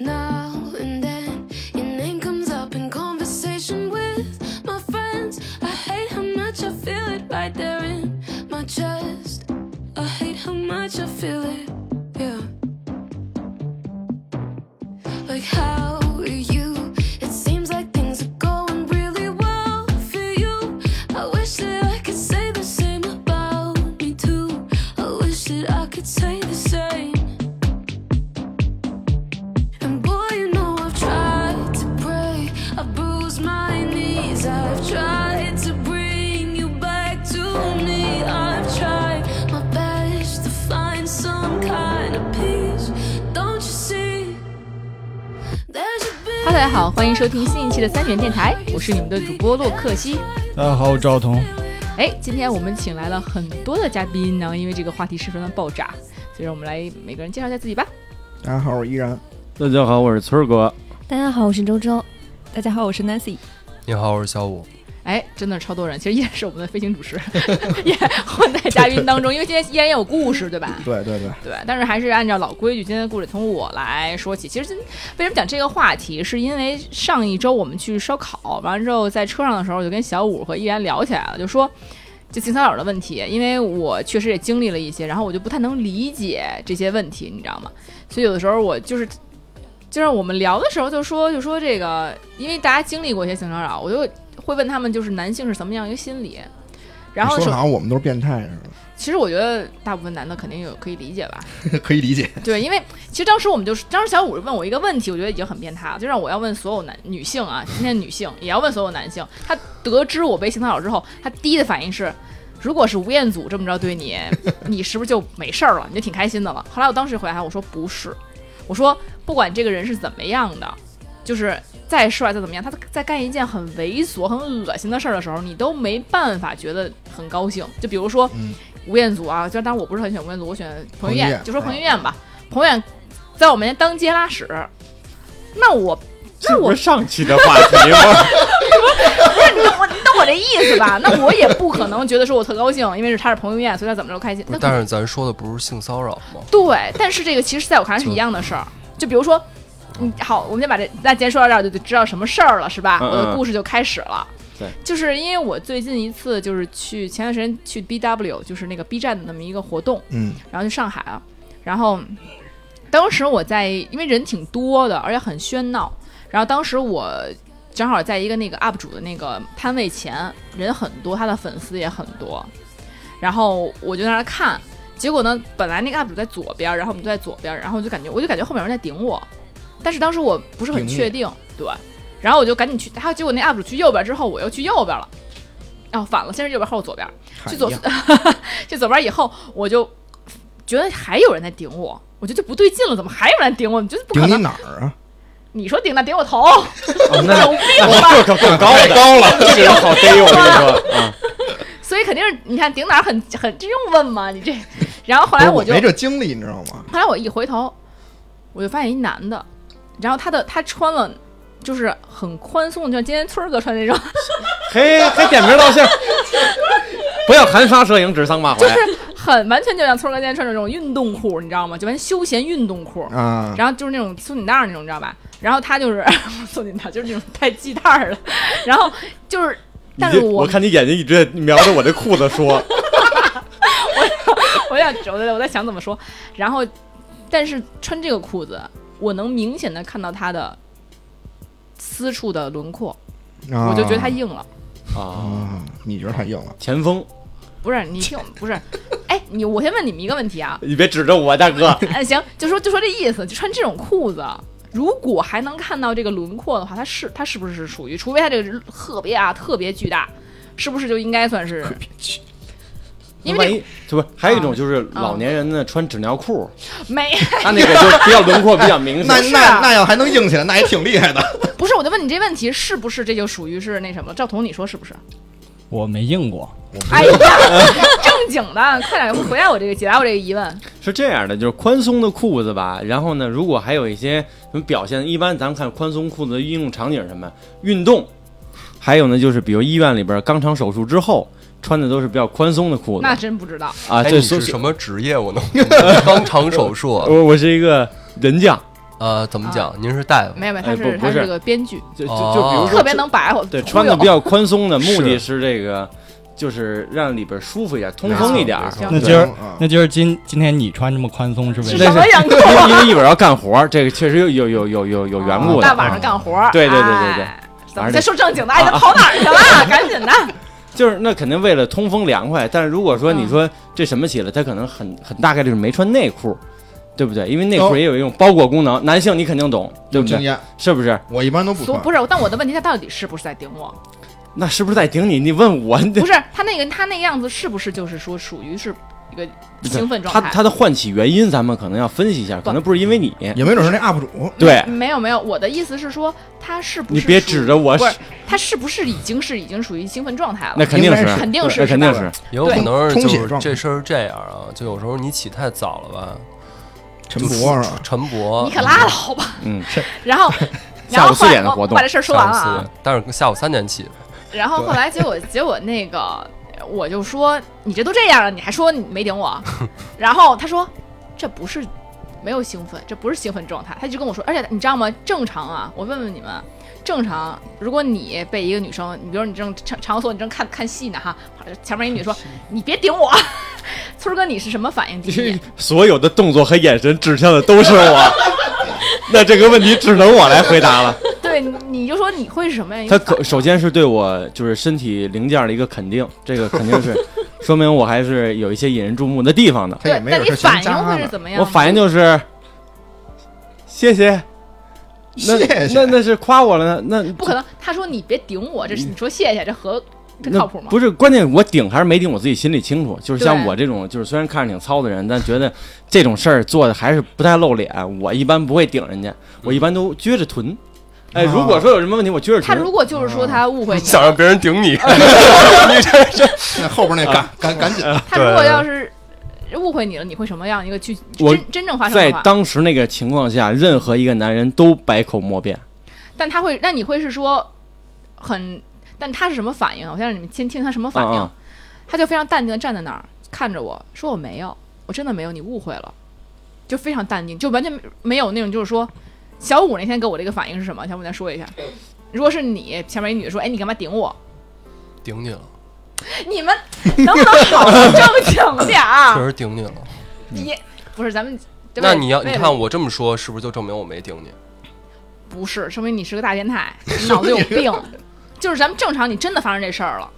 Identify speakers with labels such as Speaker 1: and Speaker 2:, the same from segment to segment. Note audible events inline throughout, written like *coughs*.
Speaker 1: now and then. Your name comes up in conversation with my friends. I hate how much I feel it right there in my chest. I hate how much I feel it, yeah. Like, how are you? It seems like things are going really well for you. I wish that I could say the same about me, too. I wish that I could say the same. And boy, you know I've tried to pray. I bruised my knees. I've tried to bring you back to me. I've tried my best to find some kind of peace. Don't you see? There should be.
Speaker 2: 哈喽，大家好，欢迎收听新一期的三元电台，我是你们的主播洛克西。
Speaker 3: 大家啊好，我赵彤。
Speaker 2: 哎，今天我们请来了很多的嘉宾呢，因为这个话题十分的爆炸，所以让我们来每个人介绍一下自己吧。
Speaker 4: 大家好，我依然。
Speaker 5: 大家好，我是村儿哥。
Speaker 6: 大家好，我是周周。
Speaker 7: 大家好，我是 Nancy。
Speaker 8: 你好，我是小五。
Speaker 2: 哎，真的超多人，其实依然是我们的飞行主持，也混在嘉宾当中，因为今天依然也有故事，对吧？
Speaker 4: 对对对，
Speaker 2: 对，但是还是按照老规矩，今天的故事从我来说起。其实今为什么讲这个话题，是因为上一周我们去烧烤，完了之后在车上的时候，就跟小五和依然聊起来了，就说就性骚扰的问题，因为我确实也经历了一些，然后我就不太能理解这些问题，你知道吗？所以有的时候我就是。就是我们聊的时候就说就说这个，因为大家经历过一些性骚扰，我就会问他们，就是男性是什么样一个心理。然后
Speaker 4: 哎说
Speaker 2: 首
Speaker 4: 的好像我们都是变态似
Speaker 2: 其实我觉得大部分男的肯定有 *laughs* 可以理解吧，
Speaker 4: 的，可以理解。
Speaker 2: 对，因为其实当时我们就是，当时小五问我一个问题，我觉得已经很变态了，就让我要问所有男女性啊，今天的女性也要问所有男性。他得知我被性骚扰之后，他第一的反应是，如果是吴彦祖这么着对你，你是不是就没事儿了，你就挺开心的了？后来我当时就回答他，我说不是，我说不管这个人是怎么样的，就是再帅再怎么样，他在干一件很猥琐、很恶心的事儿的时候，你都没办法觉得很高兴。就比如说、
Speaker 4: 嗯
Speaker 2: 吴彦祖啊，就当然我不是很喜欢吴彦祖，我选彭于
Speaker 4: 彭于
Speaker 2: 晏，
Speaker 4: 晏
Speaker 2: 就说彭于晏吧。彭于晏在我面前当街拉屎，那我那我
Speaker 5: 是上期的话题 *laughs* 吗？
Speaker 2: 你懂我你懂我这意思吧？那我也不可能觉得说我特高兴，因为是他是彭于晏，所以他怎么着开心？
Speaker 8: 不
Speaker 2: 那
Speaker 8: 是，
Speaker 2: 可
Speaker 8: 但是咱说的不是性骚扰吗？
Speaker 2: 对，但是这个其实在我看来是一样的事儿。就比如说，嗯，好，我们先把这那今天说到这儿，就就知道什么事儿了，是吧？
Speaker 5: 嗯嗯
Speaker 2: 我的故事就开始了。
Speaker 5: 对，
Speaker 2: 就是因为我最近一次就是去前段时间去 B W，就是那个 B 站的那么一个活动，
Speaker 4: 嗯，
Speaker 2: 然后去上海啊，然后当时我在，因为人挺多的，而且很喧闹，然后当时我正好在一个那个 UP 主的那个摊位前，人很多，他的粉丝也很多，然后我就在那儿看，结果呢，本来那个 UP 主在左边，然后我们就在左边，然后我就感觉我就感觉后面有人在顶我，但是当时我不是很
Speaker 4: 顶你
Speaker 2: 确定，对，然后我就赶紧去，还有结果那 UP 主去右边之后，我又去右边了，哦，反了，先是右边后是左边，
Speaker 4: 嗨
Speaker 2: 去左
Speaker 4: 哎
Speaker 2: *laughs*
Speaker 4: 呀
Speaker 2: 去左边以后，我就觉得还有人在顶我，我觉得就不对劲了，怎么还有人在顶我？你觉得不可
Speaker 4: 顶你
Speaker 2: 能？
Speaker 4: 哪儿啊？
Speaker 2: 你说顶那顶我头，有病吧？
Speaker 5: 个可更高了，高了，这个 *laughs* 好逮我跟你说啊！
Speaker 2: 所以肯定是你看顶哪儿很很这用问吗？你这，然后后来
Speaker 4: 不
Speaker 2: 我
Speaker 4: 是
Speaker 2: 就
Speaker 4: 没这经历，你知道吗？
Speaker 2: 后来我一回头，我就发现一男的，然后他的他穿了就是很宽松的，就像今天村儿哥穿那种，
Speaker 5: 嘿，还点名道姓，不要含沙射影，指桑骂槐。
Speaker 2: 很完全就像村儿哥今天穿的那种运动裤，你知道吗？就完全休闲运动裤。
Speaker 4: 啊，
Speaker 2: 然后就是那种松紧带儿那种，你知道吧？然后他就是 *laughs* 松紧带儿，就是那种带系带儿的。然后就是，但是
Speaker 5: 你这
Speaker 2: 我
Speaker 5: 我看你眼睛一直在瞄着我这裤子 *laughs* 说，
Speaker 2: 我想我在我在想怎么说。然后，但是穿这个裤子，我能明显的看到他的私处的轮廓，
Speaker 4: 啊
Speaker 2: 我就觉得他硬了。
Speaker 5: 啊，
Speaker 4: 啊，你觉得太硬了？
Speaker 5: 前锋，
Speaker 2: 不是你听，不是，哎，你我先问你们一个问题啊，
Speaker 5: 你别指着我，大哥，
Speaker 2: 哎，行，就说就说这意思，就穿这种裤子，如果还能看到这个轮廓的话，它是它是不是属于？除非它这个特别啊特别巨大，是不是就应该算是？因
Speaker 5: 万
Speaker 2: 为
Speaker 5: 一就不还有一种就是老年人呢穿纸尿裤，
Speaker 2: 这没
Speaker 5: 他那个就比较轮廓比较明 *laughs*
Speaker 4: 那
Speaker 5: 显。
Speaker 2: 啊
Speaker 4: 那那要还能硬起来，那也挺厉害的。
Speaker 2: *laughs* 不是，我就问你这问题是不是这就属于是那什么？赵彤，你说是不是？
Speaker 3: 我没硬过，
Speaker 2: 哎呀，正经的，快点回答我这个，解答我这个疑问。
Speaker 5: 是这样的，就是宽松的裤子吧，然后呢，如果还有一些什么表现，一般咱们看宽松裤子的应用场景是什么，运动，还有呢就是比如医院里边肛肠手术之后穿的都是比较宽松的裤子
Speaker 2: 那真不知道，
Speaker 5: 啊，
Speaker 8: 哎，
Speaker 5: 这
Speaker 8: 你
Speaker 5: 所
Speaker 8: 是
Speaker 5: 以 *laughs*
Speaker 8: 什么职业？我能肛肠手术啊
Speaker 5: 我我是一个人将，
Speaker 8: 呃，怎么
Speaker 2: 啊
Speaker 8: 讲？您是大夫
Speaker 2: 没有没有，他
Speaker 5: 哎
Speaker 2: 是,、
Speaker 5: 不
Speaker 2: 他
Speaker 5: 不是
Speaker 2: 是个编剧，
Speaker 5: 就就
Speaker 8: 哦
Speaker 5: 就比如说
Speaker 2: 特别能白活，
Speaker 5: 对
Speaker 2: 忽
Speaker 5: 穿的
Speaker 2: 悠
Speaker 5: 比较宽松的，
Speaker 3: 是
Speaker 5: 目的是这个，就是让里边舒服一点，通风一点
Speaker 8: 没。错
Speaker 3: 那
Speaker 8: 没
Speaker 3: 今
Speaker 8: 错
Speaker 3: 儿
Speaker 4: 啊，
Speaker 3: 那今儿今今天你穿这么宽松是为
Speaker 2: 是
Speaker 3: 了
Speaker 2: 什么眼光？
Speaker 5: 因为因为一会儿要干活儿，这个确实有有有有
Speaker 8: 哦
Speaker 5: 有有缘故的啊
Speaker 2: 大。晚上干活儿，
Speaker 5: 对对对对对
Speaker 2: 哎怎么
Speaker 5: 晚上
Speaker 2: 先说正经的？哎，
Speaker 5: 啊
Speaker 2: 他跑哪儿去
Speaker 5: *laughs*
Speaker 2: 了？赶紧的，
Speaker 5: 就是那肯定为了通风凉快，但是如果说
Speaker 2: 嗯
Speaker 5: 你说这什么起来，他可能很很大概率是没穿内裤，对不对？因为内裤
Speaker 4: 哦
Speaker 5: 也有一种包裹功能，男性你肯定懂，对不
Speaker 4: 经
Speaker 5: 对？
Speaker 4: 验，
Speaker 5: 是不是？
Speaker 4: 我一般都不
Speaker 2: 所
Speaker 4: 穿
Speaker 2: 不是，但我的问题他到底是不是在顶我？
Speaker 5: *laughs* 那是不是在顶你？你问
Speaker 4: *laughs*
Speaker 5: 我，你得
Speaker 2: 不是他那个他那个样子是不是就是说属于是一个兴奋状
Speaker 5: 他
Speaker 2: 态？
Speaker 5: 他的唤起原因，咱们可能要分析一下，可能不是因为你。
Speaker 4: 也没准是那 UP 主，
Speaker 5: 对，
Speaker 2: 没有没有，我的意思是说他是不是
Speaker 5: 你别
Speaker 2: 属
Speaker 5: 指着我
Speaker 2: 不，是他是不是已经是已经属于兴奋状态了？
Speaker 5: 那肯定
Speaker 4: 应该
Speaker 5: 是，
Speaker 4: 是
Speaker 2: 肯定是
Speaker 5: 那肯定
Speaker 2: 是
Speaker 5: 是。
Speaker 8: 也有可能是
Speaker 4: 冲冲
Speaker 8: 就
Speaker 4: 血状
Speaker 8: 是这事儿是这样啊，就有时候你起太早了吧，
Speaker 4: 陈博是吧？
Speaker 8: 陈博，
Speaker 2: 你可拉倒吧。
Speaker 5: 哦嗯，
Speaker 2: *laughs* 然后。 *laughs* 然
Speaker 5: 下午
Speaker 2: 后
Speaker 5: 四
Speaker 2: 后来
Speaker 5: 点的
Speaker 2: 我
Speaker 5: 活
Speaker 2: 我
Speaker 5: 动
Speaker 2: 把这事儿说完了啊，
Speaker 8: 但是下午三点起，
Speaker 2: 然后后来结
Speaker 5: *laughs*
Speaker 2: 果结果那个我就说你这都这样了，你还说你没顶
Speaker 5: *laughs*
Speaker 2: 我？然后他说这不是没有兴奋，这不是兴奋状态。他就跟我说，而且你知道吗？正常啊，我问问你们。正常，如果你被一个女生，你比如你正上场所，你正看看戏呢哈，前面一女说你别顶我， *laughs* 村儿哥你是什么反应？第
Speaker 5: *laughs*
Speaker 2: 一，
Speaker 5: 所有的动作和眼神指向的都
Speaker 2: *laughs*
Speaker 5: 是我，那这个问题只能我来回答了。
Speaker 2: 对，你你就说哎你会是什么样一
Speaker 5: 他
Speaker 2: 个反
Speaker 5: 可
Speaker 2: 应？
Speaker 5: 首先是对我就是身体零件的一个肯定，这个肯
Speaker 2: *laughs*
Speaker 5: 定是说明我还是有一些引人注目的地方的。
Speaker 4: 他也
Speaker 2: 对，
Speaker 4: 没
Speaker 2: 那
Speaker 4: 准
Speaker 2: 你
Speaker 4: 是
Speaker 2: 反
Speaker 4: 闲
Speaker 2: 应
Speaker 4: 渣
Speaker 2: 会是
Speaker 4: 呢。
Speaker 2: 怎么样？
Speaker 5: 我反应就是谢谢，那
Speaker 4: 谢谢
Speaker 5: 那那是夸我了呢？那
Speaker 2: 不可能，他说你别顶我，这是你说谢谢，这合这靠谱吗？
Speaker 5: 不是，关键我顶还是没顶，我自己心里清楚。就是像
Speaker 2: 对
Speaker 5: 我这种，就是虽然看着挺糙的人，但觉得这种事儿做的还是不太露脸。我一般不会顶人家，我一般都撅着臀。哎，
Speaker 2: 哦
Speaker 4: 啊
Speaker 5: 如果说有什么问题，我撅着
Speaker 2: 他
Speaker 5: 臀。
Speaker 2: 如果就是
Speaker 5: 啊
Speaker 2: 说他误
Speaker 5: *laughs*
Speaker 2: 会你，嗯
Speaker 8: 想让别人
Speaker 2: *laughs*
Speaker 8: 顶你，
Speaker 4: 那后边那赶赶赶紧，
Speaker 2: 他如果要是误会你了，你会什么样一个去
Speaker 5: 我
Speaker 2: 真真正发生
Speaker 5: 在
Speaker 2: 的话？
Speaker 5: 当时那个情况下，任何一个男人都百口莫辩。
Speaker 2: 但他会，那你会是说很，但他是什么反应啊？我想让你们先听他什么反
Speaker 5: 啊
Speaker 2: 应。
Speaker 5: 啊
Speaker 2: 他就非常淡定的站在那儿看着我说我没有，我真的没有，你误会了，就非常淡定，就完全没有那种就是说，小五那天给我这个反应是什么？小五再说一下。如果是你前面一女的说，哎，你干嘛顶我？
Speaker 8: 顶你了，
Speaker 2: 你们能不能好好正经点
Speaker 8: 确 *laughs*
Speaker 2: 儿？
Speaker 8: 实顶你了。
Speaker 2: 也不是咱们。啊对吧
Speaker 8: 那你要
Speaker 2: 为
Speaker 8: 你
Speaker 2: 了
Speaker 8: 看我这么说，是不是就证明我没顶你？
Speaker 2: 不是，说明你是个大变
Speaker 8: *laughs*
Speaker 2: 态，脑子有病。就是咱们正常，你真的发生这事儿
Speaker 8: *laughs*
Speaker 2: 了，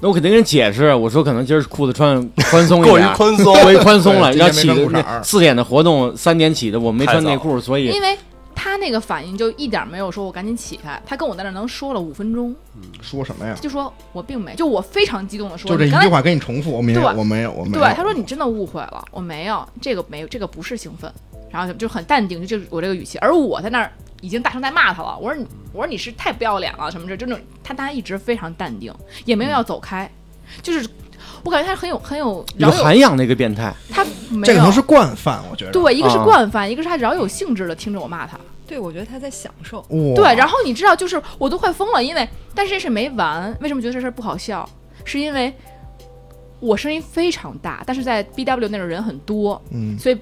Speaker 5: 那我肯定跟人解释，我说可能今儿裤子穿宽松一点，
Speaker 8: 过于宽松
Speaker 5: 过于宽松了。
Speaker 4: 对
Speaker 5: 要
Speaker 4: 今
Speaker 5: 起
Speaker 4: 天没
Speaker 5: 的
Speaker 4: 穿裤衩
Speaker 5: 那四点的活动，三点起的，我没穿内裤，所以
Speaker 2: 因为他那个反应就一点没有说我赶紧起开，他跟我在那儿能说了五分钟，
Speaker 4: 说什么呀
Speaker 2: 他？就说我并没，就我非常激动的说，
Speaker 4: 就这一
Speaker 2: 你刚
Speaker 4: 句
Speaker 2: 才
Speaker 4: 话给你重复，我没有，
Speaker 2: 对
Speaker 4: 我没有，我没有。
Speaker 2: 对，他说你真的误会了，我没有，这个没有，这个不是兴奋，然后就就很淡定，就就我这个语气，而我在那儿已经大声在骂他了，我说你，我说你是太不要脸了什么这，就那种他他一直非常淡定，也没有要走开，就是我感觉他很有很有饶
Speaker 5: 有
Speaker 2: 有
Speaker 5: 涵养的一个变态。
Speaker 2: 他没
Speaker 4: 这个可
Speaker 2: 有
Speaker 4: 能是惯犯，我觉得。
Speaker 2: 对，一个是
Speaker 5: 啊
Speaker 2: 惯犯，一个是他饶有兴致的听着我骂他，
Speaker 6: 对，我觉得他在享受。
Speaker 4: 哇
Speaker 2: 对，然后你知道，就是我都快疯了，因为但是这事没完。为什么觉得这事儿不好笑？是因为我声音非常大，但是在 B W 那儿人很多，
Speaker 4: 嗯，
Speaker 2: 所以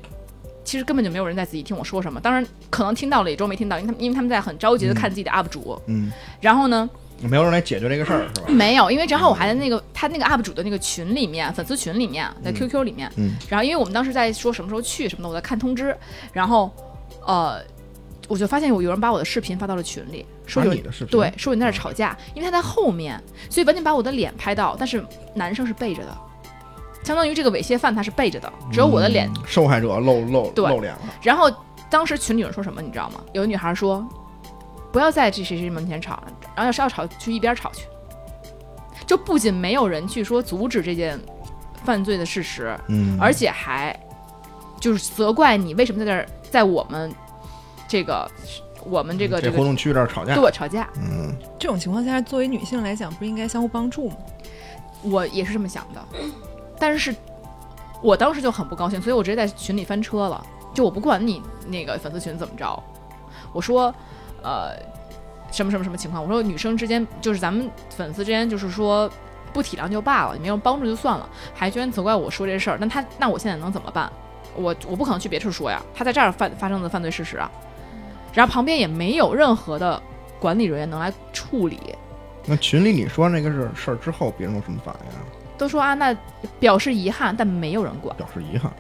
Speaker 2: 其实根本就没有人在仔细听我说什么。当然，可能听到了，也装没听到，因为他们因为他们在很着急的看自己的 UP 主。
Speaker 4: 嗯，
Speaker 2: 然后呢，
Speaker 4: 没有人来解决这个事儿，是吧？
Speaker 2: 没有，因为正好我还在那个他那个 UP 主的那个群里面，粉丝群里面，在 QQ 里面。
Speaker 4: 嗯
Speaker 2: 然后因为我们当时在说什么时候去什么的，我在看通知，然后呃，我就发现有有人把我的视频发到了群里，说有
Speaker 4: 把你的视频
Speaker 2: 对，说有人在那儿吵架，因为他在后面，所以完全把我的脸拍到，但是男生是背着的，相当于这个猥亵犯他是背着的，只有我的脸。
Speaker 4: 嗯受害者露露
Speaker 2: 对
Speaker 4: 露脸了，
Speaker 2: 然后当时群里有人说什么，你知道吗？有女孩说，不要在这谁谁谁门前吵，然后要是要吵去一边吵去。就不仅没有人去说阻止这件犯罪的事实，
Speaker 4: 嗯
Speaker 2: 而且还就是责怪你为什么在这儿在我们这个我们这个
Speaker 4: 嗯这
Speaker 2: 这
Speaker 4: 活
Speaker 2: 个
Speaker 4: 动区这儿吵架
Speaker 2: 对，我吵架，
Speaker 4: 嗯，
Speaker 6: 这种情况下，作为女性来讲，不是应该相互帮助吗？
Speaker 2: 我也是这么想的，但是我当时就很不高兴，所以我直接在群里翻车了，就我不管你那个粉丝群怎么着，我说呃什么什么什么情况，我说女生之间就是咱们粉丝之间就是说。不体谅就罢了，没有帮助就算了，还居然责怪我说这事儿，那他那我现在能怎么办？我我不可能去别处说呀，他在这儿犯发生的犯罪事实啊，然后旁边也没有任何的管理人员能来处理。
Speaker 4: 那群里你说那个事事儿之后，别人有什么反应啊？
Speaker 2: 都说啊，那表示遗憾，但没有人管。
Speaker 4: 表示遗憾。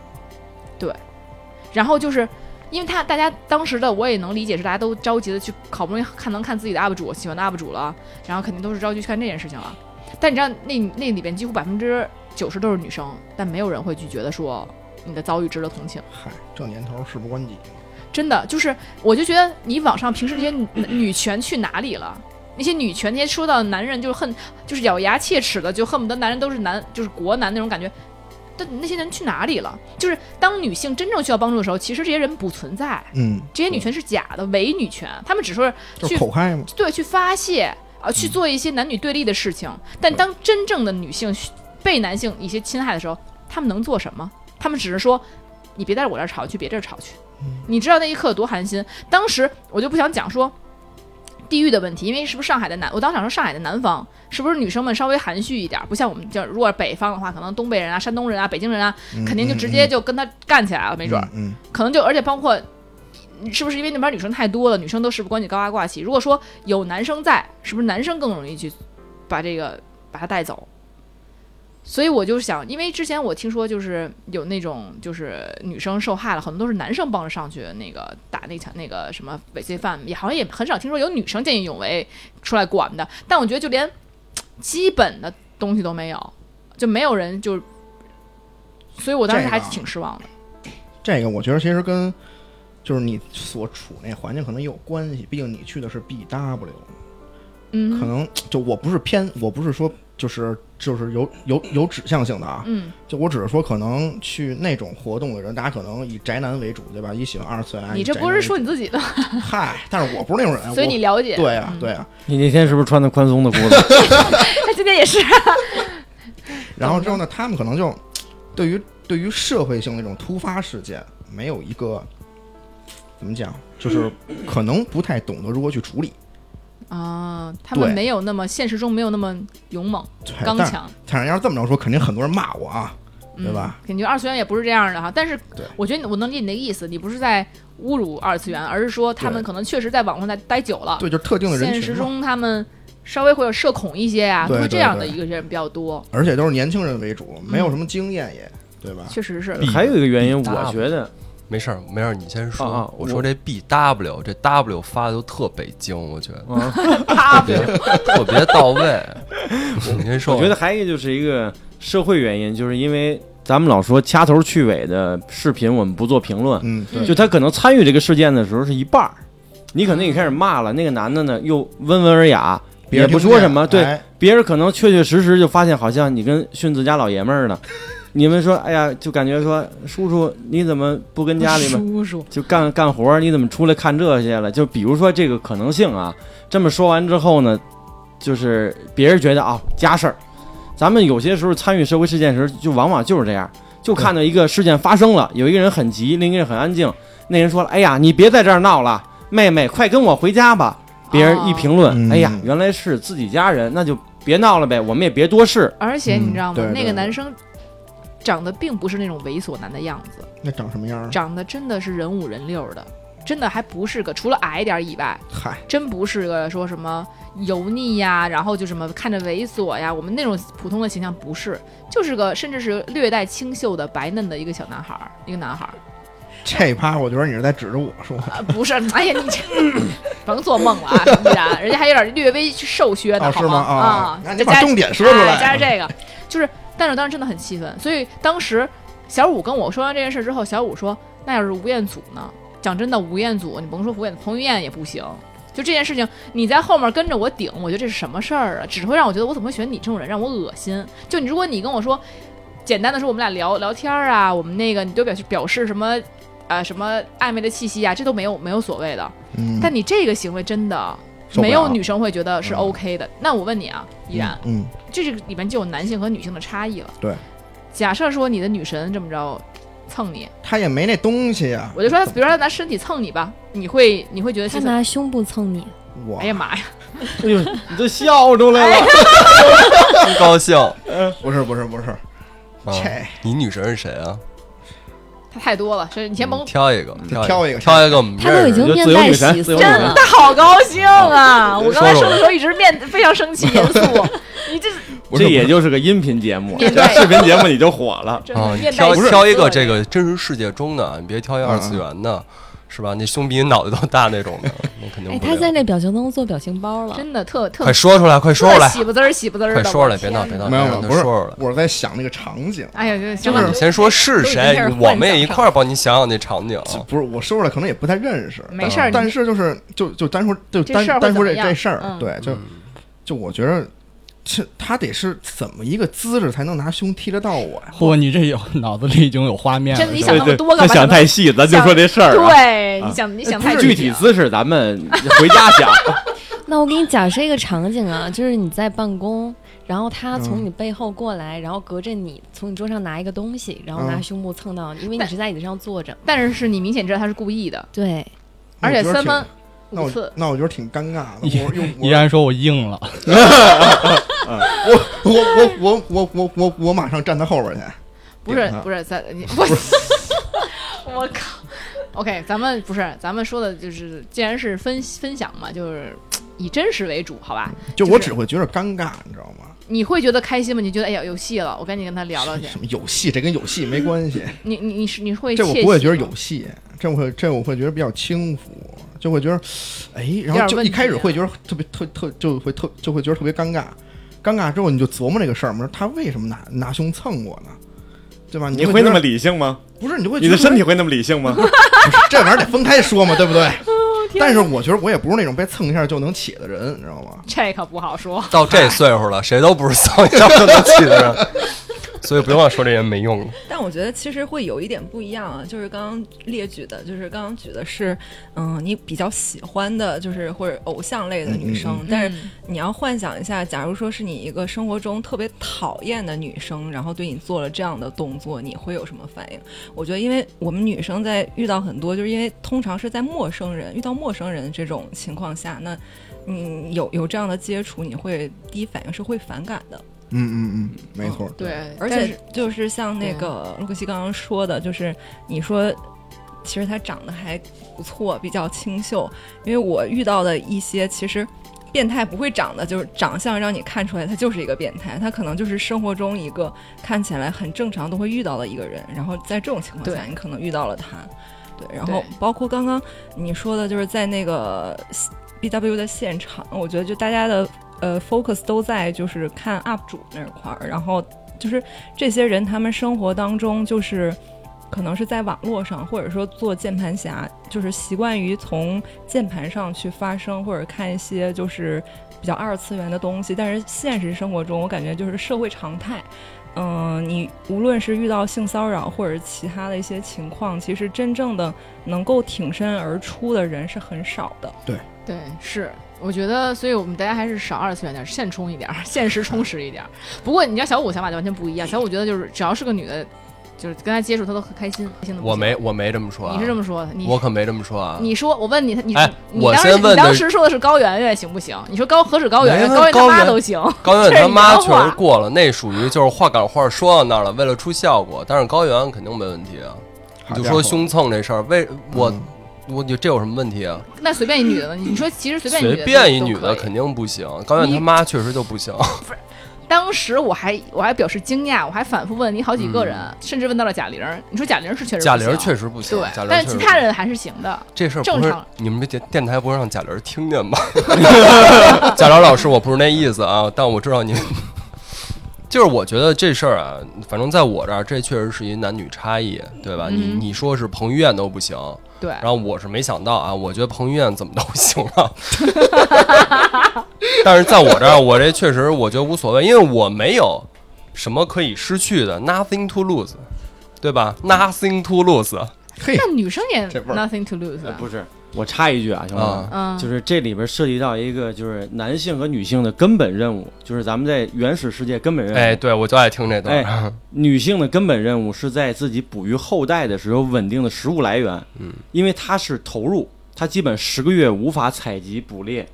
Speaker 2: 然后就是因为他大家当时的我也能理解是大家都着急的去好啊不容易看能看自己的 UP 主喜欢的 UP 主了，然后肯定都是着急去看这件事情了。但你知道那那里边几乎百分之九十都是女生，但没有人会拒绝的说你的遭遇值得同情。
Speaker 4: 嗨，这年头事不关己。
Speaker 2: 真的就是，我就觉得你网上平时这些女女权去哪里了？那些女权，那些说到男人就恨，就是咬牙切齿的，就恨不得男人都是男，就是国男那种感觉。但那些人去哪里了？就是当女性真正需要帮助的时候，其实这些人不存在，
Speaker 4: 嗯，
Speaker 2: 这些女权是假的，伪女权，他们只是
Speaker 4: 就
Speaker 2: 去
Speaker 4: 是口嗯嗨嘛。
Speaker 2: 对去发泄啊，去做一些男女对立的事情。但当真正的女性被男性一些侵害的时候，他们能做什么？他们只是说，你别在我这儿吵，去别这儿吵去。
Speaker 4: 嗯
Speaker 2: 你知道那一刻有多寒心？当时我就不想讲说地域的问题，因为是不是上海的南？我当时想说上海的南方是不是女生们稍微含蓄一点，不像我们叫如果是北方的话，可能东北人啊、山东人啊、北京人啊，肯定就直接就跟他干起来了，没
Speaker 4: 没
Speaker 2: 准儿。
Speaker 4: 嗯，
Speaker 2: 可能就而且包括，是不是因为那边女生太多了，女生都事不关己高压挂起？如果说有男生在，是不是男生更容易去把这个把他带走？所以我就想，因为之前我听说就是有那种就是女生受害了，很多都是男生帮着上去那个打那场那个什么猥亵犯，也好像也很少听说有女生见义勇为出来管的。但我觉得就连基本的东西都没有，就没有人就，所以我当时
Speaker 4: 这个
Speaker 2: 还
Speaker 4: 啊
Speaker 2: 挺失望的。
Speaker 4: 这个我觉得其实跟就是你所处那环境可能也有关系，毕竟你去的是 B W，
Speaker 2: 嗯，
Speaker 4: 可能就我不是偏，我不是说就是就是有有有指向性的啊，
Speaker 2: 嗯，
Speaker 4: 就我只是说可能去那种活动的人，大家可能以宅男为主，对吧？以喜欢二次元啊，
Speaker 2: 你
Speaker 4: 以
Speaker 2: 这
Speaker 4: 宅
Speaker 2: 不
Speaker 4: 男
Speaker 2: 是
Speaker 4: 为
Speaker 2: 说
Speaker 4: 主
Speaker 2: 你自己的，
Speaker 4: 嗨？但是我不是那种人，
Speaker 2: 所以你
Speaker 4: 我
Speaker 2: 了解。
Speaker 4: 对啊
Speaker 2: 嗯
Speaker 4: 对啊。
Speaker 5: 你那天是不是穿的宽松的裤
Speaker 4: *laughs*
Speaker 5: 子？
Speaker 2: 他今天也是。
Speaker 4: 然后之后呢，他们可能就对于对于社会性那种突发事件没有一个怎么讲，就是可能不太懂得如何去处理。
Speaker 2: 啊，他们
Speaker 4: 对
Speaker 2: 没有那么现实中没有那么勇猛
Speaker 4: 对
Speaker 2: 刚
Speaker 4: 但
Speaker 2: 强，
Speaker 4: 但是要是这么着说，肯定很多人骂我啊，
Speaker 2: 嗯
Speaker 4: 对吧？
Speaker 2: 感觉二次元也不是这样的哈，但是
Speaker 4: 对
Speaker 2: 我觉得你我能理解你的意思，你不是在侮辱二次元，而是说他们
Speaker 4: 对
Speaker 2: 可能确实在网上待待久了，
Speaker 4: 对，就是特定的人
Speaker 2: 现
Speaker 4: 群
Speaker 2: 实
Speaker 4: 嘛
Speaker 2: 中他们稍微会有社恐一些呀、
Speaker 4: 对
Speaker 2: 会这
Speaker 4: 对
Speaker 2: 样的
Speaker 4: 对
Speaker 2: 一个人比较多，
Speaker 4: 而且都是年轻人为
Speaker 2: 嗯
Speaker 4: 主，没有什么经验也，对吧？
Speaker 2: 确实是。
Speaker 5: 还有一个原因，
Speaker 8: 大
Speaker 5: 我觉得
Speaker 8: *laughs* 没事儿，没事儿，你先说。
Speaker 5: 啊啊
Speaker 8: 我
Speaker 5: 我
Speaker 8: 说这 B W 这 W 发的都特北京，我觉得
Speaker 5: 啊，
Speaker 2: 他
Speaker 8: 别特别到
Speaker 5: *laughs*
Speaker 8: 位。你先说，
Speaker 5: 我觉得还有一个就是一个社会原因，就是因为咱们老说掐头去尾的视频，我们不做评论。
Speaker 4: 嗯，对，
Speaker 5: 就他可能参与这个事件的时候是一半儿，你可能也开始骂了，那个男的呢又温文尔雅，
Speaker 4: 别
Speaker 5: 也
Speaker 4: 人
Speaker 5: 不
Speaker 4: 听
Speaker 5: 说
Speaker 4: 见
Speaker 5: 什么，对，
Speaker 4: 哎
Speaker 5: 别人可能确确实实就发现，好像你跟迅子家老爷们儿呢。你们说，哎呀，就感觉说，叔叔你怎么不跟家里面
Speaker 2: 叔叔，
Speaker 5: 就干干活儿？你怎么出来看这些了？就比如说这个可能性啊，这么说完之后呢，就是别人觉得啊家事儿，咱们有些时候参与社会事件时，就往往就是这样，就看到一个事件发生了，有一个人很急，另一个人很安静，那人说了，哎呀，你别在这儿闹了，妹妹，快跟我回家吧。别人一评论，
Speaker 4: 哦
Speaker 5: 哎呀
Speaker 4: 嗯，
Speaker 5: 原来是自己家人，那就别闹了呗，我们也别多事。
Speaker 2: 而且你知道吗？
Speaker 4: 嗯对对
Speaker 2: 那个
Speaker 4: 对
Speaker 2: 男生长得并不是那种猥琐男的样子，
Speaker 4: 那长什么样儿？
Speaker 2: 长得真的是人五人六的，真的还不是个除了矮一点以外，
Speaker 4: 嗨，
Speaker 2: 真不是个说什么油腻呀，然后就什么看着猥琐呀，我们那种普通的形象不是，就是个甚至是略带清秀的白嫩的一个小男孩儿，一个男
Speaker 4: *laughs*
Speaker 2: 孩儿
Speaker 4: 这一趴我觉得你是在指着我说，
Speaker 2: 啊，不是，哎呀你这 *coughs* 甭做梦了啊，依然，人家还有点略微瘦削呢，
Speaker 4: 哦
Speaker 2: 好
Speaker 4: 是吗？
Speaker 2: 吗？
Speaker 4: 啊
Speaker 2: 啊，，
Speaker 4: 那
Speaker 2: 再
Speaker 4: 你
Speaker 2: 加
Speaker 4: 把重点说出
Speaker 2: 哎加上
Speaker 4: 来。
Speaker 2: 这个，就是，但是当时真的很气愤，所以当时小五跟我说完这件事之后，小五说：“那要是吴彦祖呢？讲真的，吴彦祖，你甭说吴彦，彭于晏也不行。就这件事情，你在后面跟着我顶，我觉得这是什么事儿啊？只会让我觉得我怎么会选你这种人，让我恶心。就你，如果你跟我说，简单的说我们俩聊聊天儿啊，我们那个你都表示表示什么？”啊，什么暧昧的气息啊，这都没有没有所谓的。
Speaker 4: 嗯，
Speaker 2: 但你这个行为真的
Speaker 4: 受不
Speaker 2: 没有
Speaker 4: 了
Speaker 2: 女生会觉得是
Speaker 4: 嗯
Speaker 2: OK 的。那我问你啊，依然，
Speaker 4: 嗯，
Speaker 2: 这是里面就有男性和女性的差异了。
Speaker 4: 对，
Speaker 2: 假设说你的女神这么着蹭你，
Speaker 4: 他也没那东西啊呀。
Speaker 2: 我就说，比如说她拿身体蹭你吧，你会你会觉得
Speaker 7: 他
Speaker 2: 心疼？
Speaker 7: 拿胸部蹭你，
Speaker 4: 我
Speaker 2: 哎呀妈呀！
Speaker 5: 哎呦，你都笑出来了。
Speaker 8: 真高兴。
Speaker 5: 哦
Speaker 4: 不是不是不是，
Speaker 8: 啊
Speaker 4: 切
Speaker 8: 你女神是谁啊？
Speaker 2: 它太多了，所以你先甭
Speaker 8: 嗯，挑一个，
Speaker 4: 挑
Speaker 8: 一
Speaker 4: 一个
Speaker 8: 挑一个我们
Speaker 7: 他
Speaker 8: 认
Speaker 7: 都
Speaker 8: 识的
Speaker 7: 已经
Speaker 5: 就
Speaker 7: 面
Speaker 5: 自由
Speaker 7: 带
Speaker 5: 女神
Speaker 7: 喜
Speaker 5: 自
Speaker 7: 色
Speaker 5: 由女神
Speaker 7: 了
Speaker 8: 嗯
Speaker 2: 真的。好高兴
Speaker 8: 哦
Speaker 2: 啊！我刚才
Speaker 5: 说
Speaker 2: 说
Speaker 5: 吧
Speaker 2: 的时候一直面非常生气，严肃。你这
Speaker 5: 这也就是个音频节目，
Speaker 2: 面
Speaker 5: 这
Speaker 2: 对
Speaker 5: *laughs* 视频节目你就火了。
Speaker 2: 真
Speaker 8: 啊，
Speaker 2: 的
Speaker 8: 你
Speaker 2: 面带
Speaker 8: 挑
Speaker 2: 喜色
Speaker 8: 挑一个这个真实世界中的，你别挑一二
Speaker 4: 嗯
Speaker 8: 次
Speaker 4: 嗯
Speaker 8: 元的，是吧？那胸比你脑袋都大那种的， *laughs* 那肯定
Speaker 7: 哎，
Speaker 8: 不
Speaker 7: 他
Speaker 8: 行。
Speaker 7: 在那表情灯做表情包了，
Speaker 2: 真的特特
Speaker 8: 快说出来，快说出
Speaker 2: 特
Speaker 8: 来，
Speaker 2: 喜不滋儿喜不滋儿的，
Speaker 8: 快说出来，
Speaker 2: 我
Speaker 8: 别
Speaker 2: 天
Speaker 8: 闹，别闹，
Speaker 4: 没
Speaker 8: 别
Speaker 4: 有没有，
Speaker 8: 闹，都
Speaker 4: 不是
Speaker 8: 说出来。
Speaker 4: 我是在想那个场景，
Speaker 2: 哎呀，
Speaker 4: 就
Speaker 2: 行
Speaker 4: 是
Speaker 2: 了，
Speaker 8: 你先说是谁，我们也一块儿帮你想想那场景。
Speaker 4: 不是我说出来可能也不太认识，
Speaker 2: 哦没事儿，
Speaker 4: 但是就是就就单说就
Speaker 2: 这
Speaker 4: 单
Speaker 2: 事儿会
Speaker 4: 单说
Speaker 2: 怎么
Speaker 4: 这
Speaker 2: 样
Speaker 4: 这事儿，
Speaker 2: 嗯
Speaker 4: 对，就就我觉得，这他得是怎么一个姿势才能拿胸踢得到我呀？
Speaker 3: 嚯，你这有脑子里已经有画面了，
Speaker 2: 真的你
Speaker 3: 是吧
Speaker 2: 想那么多干嘛
Speaker 5: 不想太细，咱就说这事儿啊。哎
Speaker 2: 对，你想你想太
Speaker 4: 不是
Speaker 5: 具体
Speaker 2: 了
Speaker 5: 姿势
Speaker 2: *laughs*
Speaker 5: 咱们回家想。
Speaker 7: 那我给你假设一个场景啊，就是你在办公，然后他
Speaker 4: 嗯
Speaker 7: 从你背后过来，然后隔着你从你桌上拿一个东西，然后拿
Speaker 4: 嗯
Speaker 7: 胸部蹭到你，因为你
Speaker 2: 但
Speaker 7: 是在椅子上坐着。
Speaker 2: 但是是你明显知道他是故意的，
Speaker 7: 对，
Speaker 2: 而且三分
Speaker 4: 那
Speaker 2: 五
Speaker 4: 我
Speaker 2: 次，
Speaker 4: 那我觉得挺尴尬的。我用
Speaker 3: 依然说我硬了，
Speaker 4: 我我我我我我我马上站他后边去。
Speaker 2: 不是
Speaker 4: 顶他
Speaker 2: 不是
Speaker 4: *laughs*
Speaker 2: 咱你我 *laughs* 我靠，OK，咱们不是咱们说的就是，既然是分分享嘛，就是以真实为主，好吧？
Speaker 4: 就
Speaker 2: 就是
Speaker 4: 我只会觉得尴尬，你知道吗？
Speaker 2: 你会觉得开心吗？你觉得哎呀有戏了，我赶紧跟他聊聊去。
Speaker 4: 什么有戏，这跟有戏没关系。
Speaker 2: 你你你是你会
Speaker 4: 这我
Speaker 2: 窃
Speaker 4: 不会
Speaker 2: 喜
Speaker 4: 觉得
Speaker 2: 吗
Speaker 4: 有戏，这我会这我会觉得比较轻浮，就会觉得，哎，然
Speaker 2: 有
Speaker 4: 后
Speaker 2: 点
Speaker 4: 就
Speaker 2: 问
Speaker 4: 一开始
Speaker 2: 题啊
Speaker 4: 会觉得特别特特就会特就会觉得特别尴尬，尴尬之后你就琢磨这个事儿嘛，他为什么拿拿胸蹭我呢？对吧？
Speaker 5: *laughs*
Speaker 4: 你
Speaker 5: 你
Speaker 4: 就
Speaker 5: 会那
Speaker 4: 觉
Speaker 5: 么
Speaker 4: 得
Speaker 5: 理性吗？
Speaker 4: 不是你就会
Speaker 5: 你
Speaker 4: 觉
Speaker 5: 的
Speaker 4: 得
Speaker 5: 身体会那么理性吗？
Speaker 4: 这玩意儿得分开说嘛，对不
Speaker 2: *laughs*
Speaker 4: 对？
Speaker 2: 哦
Speaker 4: 但是我觉得我也不是那种被蹭一下就能起的人，你知道吗？
Speaker 2: 这可不好说。
Speaker 8: 到这岁数了，谁都不是丧一张就能起的人，所以不用老说这人没用了。
Speaker 6: 但我觉得其实会有一点不一样啊，就是刚刚列举的，就是刚刚举的是，嗯，你比较喜欢的，就是或者偶像类的女生，
Speaker 4: 嗯
Speaker 6: 但是你要幻想一下，假如说是你一个生活中特别讨厌的女生，然后对你做了这样的动作，你会有什么反应？我觉得，因为我们女生在遇到很多，就是因为通常是在陌生人遇到陌生人这种情况下，那嗯，有有这样的接触，你会第一反应是会反感的。
Speaker 4: 嗯嗯嗯，没错。
Speaker 2: 哦对，
Speaker 6: 而
Speaker 2: 但
Speaker 6: 且
Speaker 2: 是
Speaker 6: 就是像那个陆西刚刚说的，就是你说，其实他长得还不错，比较清秀。因为我遇到的一些其实变态不会长的，就是长相让你看出来他就是一个变态，他可能就是生活中一个看起来很正常都会遇到的一个人。然后在这种情况下，
Speaker 2: 对
Speaker 6: 你可能遇到了他，对。然
Speaker 2: 对
Speaker 6: 后包括刚刚你说的，就是在那个呃 B W 的现场，我觉得就大家的呃 focus 都在就是看 UP 主那块儿，然后就是这些人他们生活当中就是。可能是在网络上，或者说做键盘侠，就是习惯于从键盘上去发声，或者看一些就是比较二次元的东西。但是现实生活中，我感觉就是社会常态。嗯、你无论是遇到性骚扰或者其他的一些情况，其实真正的能够挺身而出的人是很少的。
Speaker 2: 对是，我觉得，所以我们大家还是少二次元点儿，现充一点儿， *laughs* 现实充实一点儿。不过你知道小五想法就完全不一样，小五觉得就是只要是个女的，就是跟她接触，她都很开心，开心的
Speaker 8: 我没，我没这么说啊，
Speaker 2: 你是这么说的，你
Speaker 8: 我可没这么说啊。
Speaker 2: 你说，我问你，他你
Speaker 8: 哎
Speaker 2: 你
Speaker 8: 我
Speaker 2: 当时
Speaker 8: 先问
Speaker 2: 你当
Speaker 8: 的
Speaker 2: 时说的是高圆圆行不行？你说高何止高圆圆，
Speaker 8: 没
Speaker 2: 高圆圆
Speaker 8: 问高
Speaker 2: 他妈
Speaker 8: 圆
Speaker 2: 都行。
Speaker 8: 高圆圆他妈
Speaker 2: 这是你
Speaker 8: 确
Speaker 2: 的
Speaker 8: 实
Speaker 2: 话
Speaker 8: 过了，那属于就是话赶话说到那儿了，为了出效果。但是高圆肯定没问题啊。
Speaker 4: 好
Speaker 8: 你就
Speaker 4: 家
Speaker 8: 说
Speaker 4: 伙
Speaker 8: 胸蹭这事儿，为我
Speaker 4: 嗯
Speaker 8: 我你这有什么问题啊？
Speaker 2: 那随便一女的呢？你说其实随便一女
Speaker 8: 随
Speaker 2: 的都，
Speaker 8: 便一
Speaker 2: 都
Speaker 8: 女
Speaker 2: 可
Speaker 8: 的
Speaker 2: 以
Speaker 8: 肯定不行，高圆
Speaker 2: 你
Speaker 8: 他妈确实就不行。
Speaker 2: 当时我还我还表示惊讶，我还反复问你好几个人，甚至问到了贾玲儿。你说贾玲儿是确实不
Speaker 8: 嗯 *laughs* 贾玲
Speaker 2: 行
Speaker 8: 确实不行，
Speaker 2: 对，
Speaker 8: 贾玲
Speaker 2: 但是
Speaker 8: 确
Speaker 2: 其
Speaker 8: 实不
Speaker 2: 他
Speaker 8: 行
Speaker 2: 人还是行的。
Speaker 8: 这事儿不
Speaker 2: 正
Speaker 8: 是
Speaker 2: 常
Speaker 8: 你们这电电台不会让贾玲听见吧？贾玲老师，我不是那意思啊， *laughs* 但我知道您。就是我觉得这事儿啊，反正在我这儿，这确实是一男女差异，对吧？你
Speaker 2: 嗯
Speaker 8: 你说是彭于晏都不行，
Speaker 2: 对，
Speaker 8: 然后我是没想到啊，我觉得彭于晏怎么都行啊。 *laughs* 但是在我这儿，我这确实我觉得无所谓，因为我没有什么可以失去的，nothing to lose，对吧？nothing to lose，
Speaker 4: 嘿，
Speaker 2: 那女生也
Speaker 4: 这味儿
Speaker 2: nothing to lose
Speaker 8: 呃
Speaker 2: 啊。
Speaker 5: *laughs* 不是，我插一句啊，兄弟们，
Speaker 2: 嗯，
Speaker 5: 就是这里边涉及到一个就是男性和女性的根本任务，就是咱们在原始世界根本任务。
Speaker 8: 哎，对我就爱听这段儿。
Speaker 5: 哎女性的根本任务是在自己哺育后代的时候稳定的食物来源，嗯，因为它是投入，它基本十个月无法采集、捕猎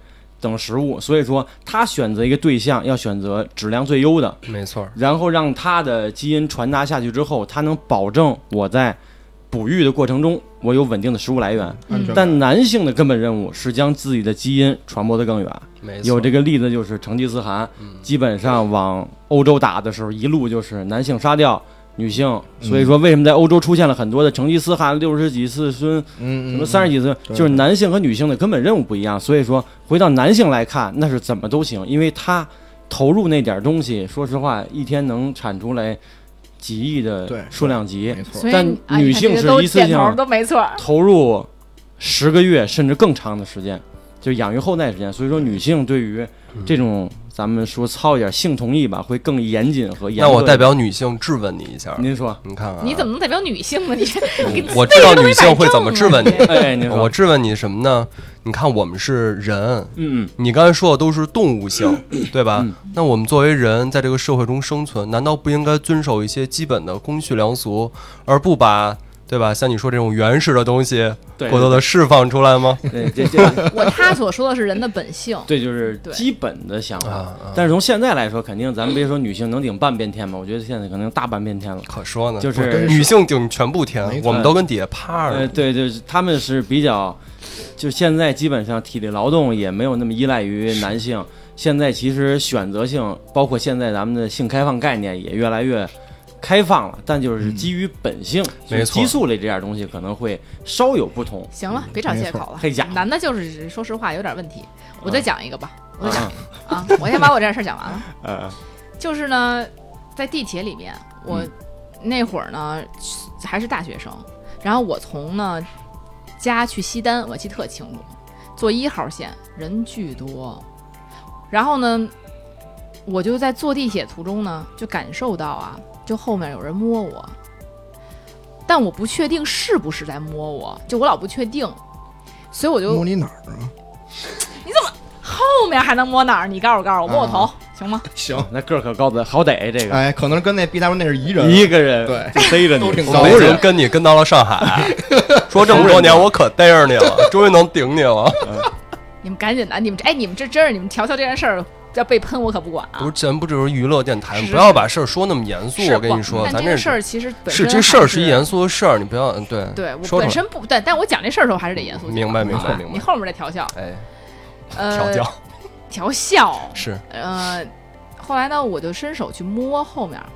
Speaker 5: 等食物，所以说她选择一个对象要选择质量最优的，
Speaker 8: 没错儿，
Speaker 5: 然后让她的基因传达下去之后，她能保证我在哺育的过程中，我有稳定的食物来源。
Speaker 4: 安
Speaker 2: 嗯
Speaker 4: 全感
Speaker 5: 但男性的根本任务是将自己的基因传播得更远。
Speaker 8: 没错，嗯
Speaker 5: 有这个例子就是成吉思汗，基本上往欧洲打的时候，一路就是男性杀掉女性，
Speaker 8: 嗯
Speaker 5: 所以说为什么在欧洲出现了很多的成吉思汗六十几次孙，
Speaker 4: 嗯，
Speaker 5: 什么三十几次，
Speaker 4: 对
Speaker 5: 就是男性和女性的根本任务不一样。所以说，回到男性来看，那是怎么都行，因为他投入那点儿东西，说实话，一天能产出来几亿
Speaker 4: 对
Speaker 5: 的数量级
Speaker 4: 没，错，
Speaker 2: 所以
Speaker 5: 但
Speaker 2: 哎
Speaker 5: 女
Speaker 2: 你看这
Speaker 5: 性
Speaker 2: 个
Speaker 5: 是
Speaker 2: 都
Speaker 5: 一次
Speaker 2: 点头
Speaker 5: 性
Speaker 2: 都没错
Speaker 8: 啊
Speaker 2: 儿，
Speaker 5: 投入十个月甚至更长的时间，就养育后代时间。所以说，女性对于这种咱们说糙一点性同意吧，会更严谨和严。
Speaker 8: 那我代，表女性质问你一下，
Speaker 5: 您说，
Speaker 8: 你看啊，
Speaker 2: 你怎么能代表女性呢？你这
Speaker 8: 我知道女性会怎么质问你，
Speaker 5: *laughs* 哎，您
Speaker 8: *laughs* 我
Speaker 5: 说，
Speaker 8: 质问你什么呢？你看我们是人，
Speaker 5: 嗯，
Speaker 8: 你刚才说的都是动物性，
Speaker 2: *clears throat*
Speaker 8: 对吧？
Speaker 5: 嗯
Speaker 8: 那我们作为人在这个社会中生存，难道不应该遵守一些基本的公序良俗，而不把对吧？像你说这种原始的东西
Speaker 5: 对
Speaker 8: 过多的释放出来吗？
Speaker 5: 对，这这，
Speaker 2: 我他所说的是人的本性，
Speaker 5: 对，
Speaker 8: *laughs*
Speaker 5: 就是
Speaker 2: 对
Speaker 5: 基本的想法。
Speaker 4: 嗯
Speaker 8: 啊，
Speaker 5: 但是从现在来说，肯定咱们别说女性能顶半边天吧，我觉得现在可能大半边天了。
Speaker 8: 可说呢，
Speaker 5: 就是
Speaker 8: 不女性顶全部
Speaker 4: 没
Speaker 8: 天，
Speaker 4: 错
Speaker 8: 我们都跟底下趴
Speaker 5: 呃，
Speaker 8: 着。
Speaker 5: 对，就是他们是比较，就现在基本上体力劳动也没有那么依赖于男性。现在其实选择性，包括现在咱们的性开放概念也越来越开放了，但就是
Speaker 4: 嗯
Speaker 5: 基于本性，就
Speaker 8: 没
Speaker 5: 是
Speaker 8: 错
Speaker 5: 激素类这点东西可能会稍有不同。
Speaker 2: 行了，别找借口了
Speaker 5: 嘿呀。
Speaker 2: 男的就是说实话有点问题。我再讲一个吧，我再讲
Speaker 4: *laughs*
Speaker 5: 啊，
Speaker 2: 啊，我先把我这件事儿讲完了。
Speaker 5: 呃，
Speaker 2: 就是呢，在地铁里面，我
Speaker 4: 嗯
Speaker 2: 那会儿呢还是大学生，然后我从呢家去西单，我记得特清楚，坐一号线，人巨多。然后呢，我就在坐地铁途中呢，就感受到啊，就后面有人摸我，但我不确定是不是在摸我，就我老不确定，所以我就
Speaker 4: 摸你哪儿
Speaker 5: *laughs*
Speaker 4: 啊？
Speaker 2: 后面还能摸哪儿？你告诉我，告诉我，摸我头、
Speaker 4: 啊
Speaker 2: 行吗？
Speaker 4: 行，
Speaker 5: 那个儿可高的，好歹这个
Speaker 4: 哎，可能跟那 B W 那是一人，
Speaker 5: 一个人
Speaker 4: 对
Speaker 5: 就逮着
Speaker 4: 都
Speaker 5: 你
Speaker 4: 挺，高
Speaker 8: 没
Speaker 4: 的
Speaker 8: 人跟你跟到了上 *laughs* 海，说这么多年我可逮着你 *laughs* 了，终于能顶你了。
Speaker 2: 你们赶紧的，你们这哎，你们这真是你们瞧瞧这件事儿，要被喷我可不管
Speaker 8: 不
Speaker 2: 啊
Speaker 8: 是，。咱不就是娱乐电台吗，
Speaker 2: 是
Speaker 8: 不要把事儿说那么严肃。
Speaker 2: 是
Speaker 8: 我跟你说，
Speaker 2: 但
Speaker 8: 咱
Speaker 2: 这个
Speaker 8: 这
Speaker 2: 事儿其实本
Speaker 8: 是
Speaker 2: 身
Speaker 8: 这事儿
Speaker 2: 还
Speaker 8: 是一严肃的事儿，你不要嗯对
Speaker 2: 对，我
Speaker 8: 说出
Speaker 2: 本
Speaker 8: 来
Speaker 2: 身不对，但我讲这事儿的时候还是得严肃起来。
Speaker 8: 明白明白
Speaker 2: 啊
Speaker 8: 明白
Speaker 2: *laughs* 你后面再调笑，
Speaker 8: 哎
Speaker 2: 呃，
Speaker 8: 调教
Speaker 2: 调笑，
Speaker 8: 是
Speaker 2: 呃，后来呢，我就伸手去摸后面儿，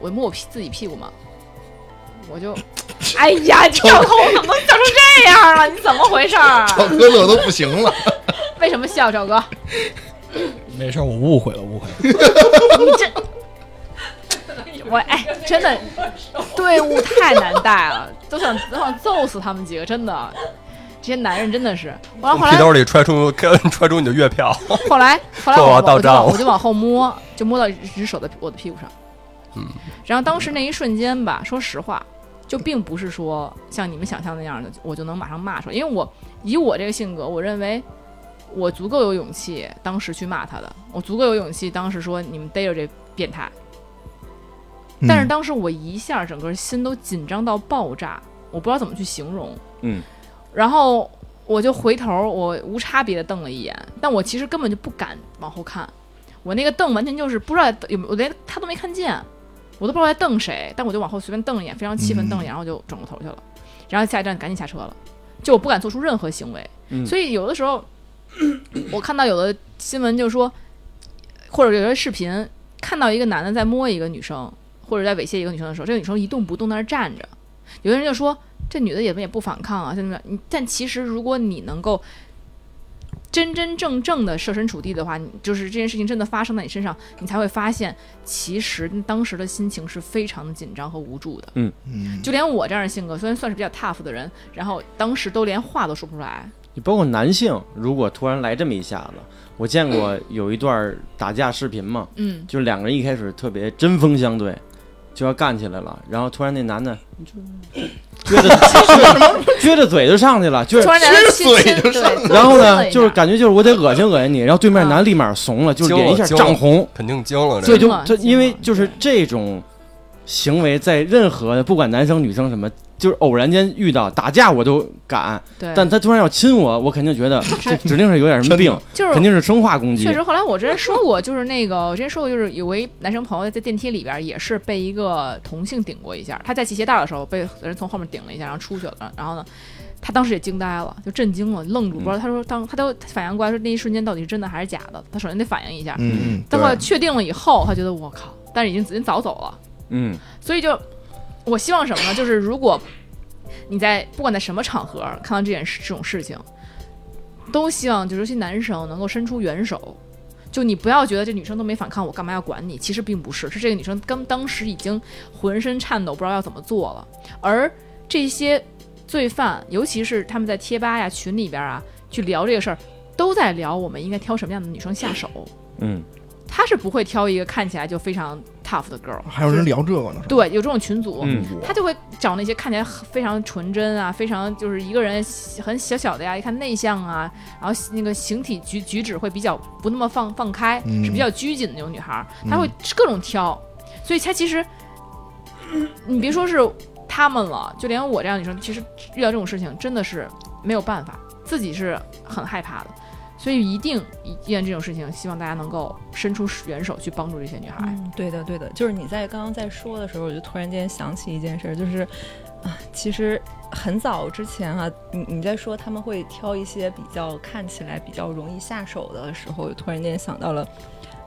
Speaker 2: 我摸我屁自己屁股嘛，我
Speaker 8: *laughs*
Speaker 2: 就，哎呀，这头怎么能笑成这样了？你怎么回事儿？啊
Speaker 8: *laughs*
Speaker 4: 赵哥乐都不行了，
Speaker 2: 为什么笑，赵哥？
Speaker 3: 没事，我误会了，误会了。
Speaker 2: *laughs* 我哎，真的，队伍太难带了，都想都想揍死他们几个，真的，这些男人真的是。完了后
Speaker 8: 屁
Speaker 2: 来
Speaker 8: 兜里揣出 *laughs* 揣出你的月票，
Speaker 2: 后来后来
Speaker 8: 说我要
Speaker 2: 我
Speaker 8: 到
Speaker 2: 我就
Speaker 8: 账
Speaker 2: 往
Speaker 8: 了
Speaker 2: 我就往后摸，就摸到一只手的我的屁股上。嗯。然后当时那一瞬间吧，说实话，就并不是说像你们想象那样的，我就能马上骂出来，因为我以我这个性格，我认为。我足够有勇气，当时去骂他的。我足够有勇气，当时说你们逮着这变态。
Speaker 4: 嗯
Speaker 2: 但是当时我一下整个心都紧张到爆炸，我不知道怎么去形容。
Speaker 5: 嗯，
Speaker 2: 然后我就回头，我无差别的瞪了一眼，但我其实根本就不敢往后看，我那个瞪完全就是不知道有没有，我连他都没看见，我都不知道在瞪谁，但我就往后随便瞪一眼，非常气愤瞪一眼，然后就转过头去了，然后下一站赶紧下车了，就我不敢做出任何行为，
Speaker 5: 嗯
Speaker 2: 所以有的时候我看到有的新闻就说，或者有些视频看到一个男的在摸一个女生，或者在猥亵一个女生的时候，这个女生一动不动在那儿站着，有的人就说这女的也也不反抗啊，现在你但其实如果你能够真真正正的设身处地的话，你就是这件事情真的发生在你身上，你才会发现，其实当时的心情是非常的紧张和无助的。
Speaker 4: 嗯，
Speaker 2: 就连我这样的性格，虽然算是比较 tough 的人，然后当时都连话都说不出来。
Speaker 5: 你包括男性，如果突然来这么一下子，我见过有一段打架视频嘛，
Speaker 2: 嗯，
Speaker 5: 就是两个人一开始特别针锋相对，就要干起来了，然后突然那男的就撅着撅着嘴就上去了，就是
Speaker 2: 突。然间亲
Speaker 4: 嘴
Speaker 2: 亲，
Speaker 4: 就上
Speaker 2: 对，
Speaker 5: 然后
Speaker 2: 亲了
Speaker 5: 呢，
Speaker 2: 一
Speaker 5: 就是
Speaker 2: 下
Speaker 5: 感觉就是我得恶心恶心你，然后对面
Speaker 2: 啊
Speaker 5: 男立马怂了，就是
Speaker 8: 惊了
Speaker 5: 脸一下
Speaker 8: 惊
Speaker 5: 涨
Speaker 8: 了
Speaker 5: 红，
Speaker 8: 肯定惊了。
Speaker 5: 所
Speaker 8: 这
Speaker 5: 以就
Speaker 2: 惊了
Speaker 5: 他
Speaker 2: 惊了
Speaker 5: 因为就是这种行为在任何不管男生女生什么，就是偶然间遇到打架我都敢，
Speaker 2: 对，
Speaker 5: 但他突然要亲我，我肯
Speaker 2: *laughs*
Speaker 5: 定觉得这指定是有点什么病，
Speaker 2: 就是
Speaker 5: 肯定是生化攻击
Speaker 2: 确。实，后来我之前
Speaker 4: *laughs*
Speaker 2: 说过，就是那个，我之前说过，就是有一男生朋友在电梯里边也是被一个同性顶过一下，他在系鞋带的时候被人从后面顶了一下，然后出去了，然后呢。他当时也惊呆了，就震惊了，愣住，不知
Speaker 4: 嗯
Speaker 2: 道。他说当他都反应过来，说那一瞬间到底是真的还是假的。他首先得反应一下，
Speaker 4: 嗯，
Speaker 2: 等我
Speaker 4: 对，
Speaker 2: 确定了以后，他觉得我靠，但是已经人早走了。
Speaker 5: 嗯，
Speaker 2: 所以就我希望什么呢？就是如果你在不管在什么场合看到这件事这种事情，都希望就是尤其男生能够伸出援手。就你不要觉得这女生都没反抗，我干嘛要管你？其实并不是，是这个女生刚当时已经浑身颤抖，不知道要怎么做了。而这些罪犯，尤其是他们在贴吧呀、群里边啊去聊这个事儿，都在聊我们应该挑什么样的女生下手。
Speaker 5: 嗯，
Speaker 2: 他是不会挑一个看起来就非常 tough 的 girl，
Speaker 4: 还有人聊这个呢，是吧
Speaker 2: 对，有这种群组，
Speaker 5: 嗯
Speaker 2: 他就会找那些看起来很非常纯真啊，非常就是一个人很小小的呀，一看内向啊，然后那个形体举举止会比较不那么放放开，
Speaker 4: 嗯
Speaker 2: 是比较拘谨的那种女孩儿，她会各种挑，所以她其实，你别说是她们了，就连我这样的女生，其实遇到这种事情真的是没有办法，自己是很害怕的。所以一定遇见这种事情，希望大家能够伸出援手去帮助这些女孩。
Speaker 6: 嗯，对的，对的，就是你在刚刚在说的时候，我就突然间想起一件事儿，就是啊，其实很早之前啊，你你在说他们会挑一些比较看起来比较容易下手的时候，我就突然间想到了，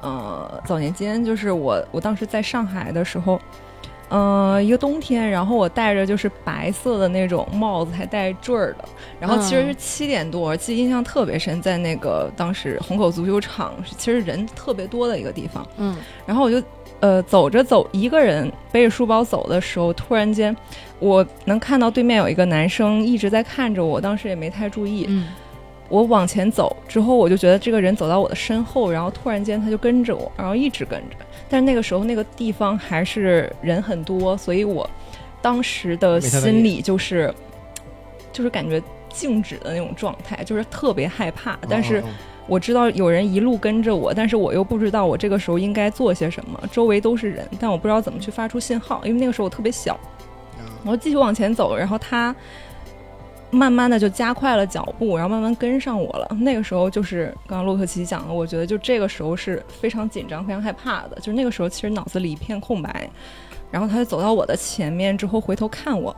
Speaker 6: 呃，早年间就是我我当时在上海的时候。呃，一个冬天，然后我戴着就是白色的那种帽子，还带坠儿的。然后其实是七点多，记得印象特别深，在那个当时虹口足球场，其实人特别多的一个地方。
Speaker 2: 嗯，
Speaker 6: 然后我就呃走着走，一个人背着书包走的时候，突然间我能看到对面有一个男生一直在看着我，当时也没太注意。
Speaker 2: 嗯，
Speaker 6: 我往前走之后，我就觉得这个人走到我的身后，然后突然间他就跟着我，然后一直跟着。但是那个时候那个地方还是人很多，所以我当时的
Speaker 3: 没太在意
Speaker 6: 心里就是就是感觉静止的那种状态，就是特别害怕，但是。
Speaker 4: 哦
Speaker 6: 我知道有人一路跟着我，但是我又不知道我这个时候应该做些什么。周围都是人，但我不知道怎么去发出信号，因为那个时候我特别小。
Speaker 4: 哦 *laughs*
Speaker 6: 我继续往前走，然后他慢慢的就加快了脚步，然后慢慢跟上我了。那个时候就是刚刚洛克奇讲的，我觉得就这个时候是非常紧张、非常害怕的，就是那个时候其实脑子里一片空白。然后他就走到我的前面之后回头看我，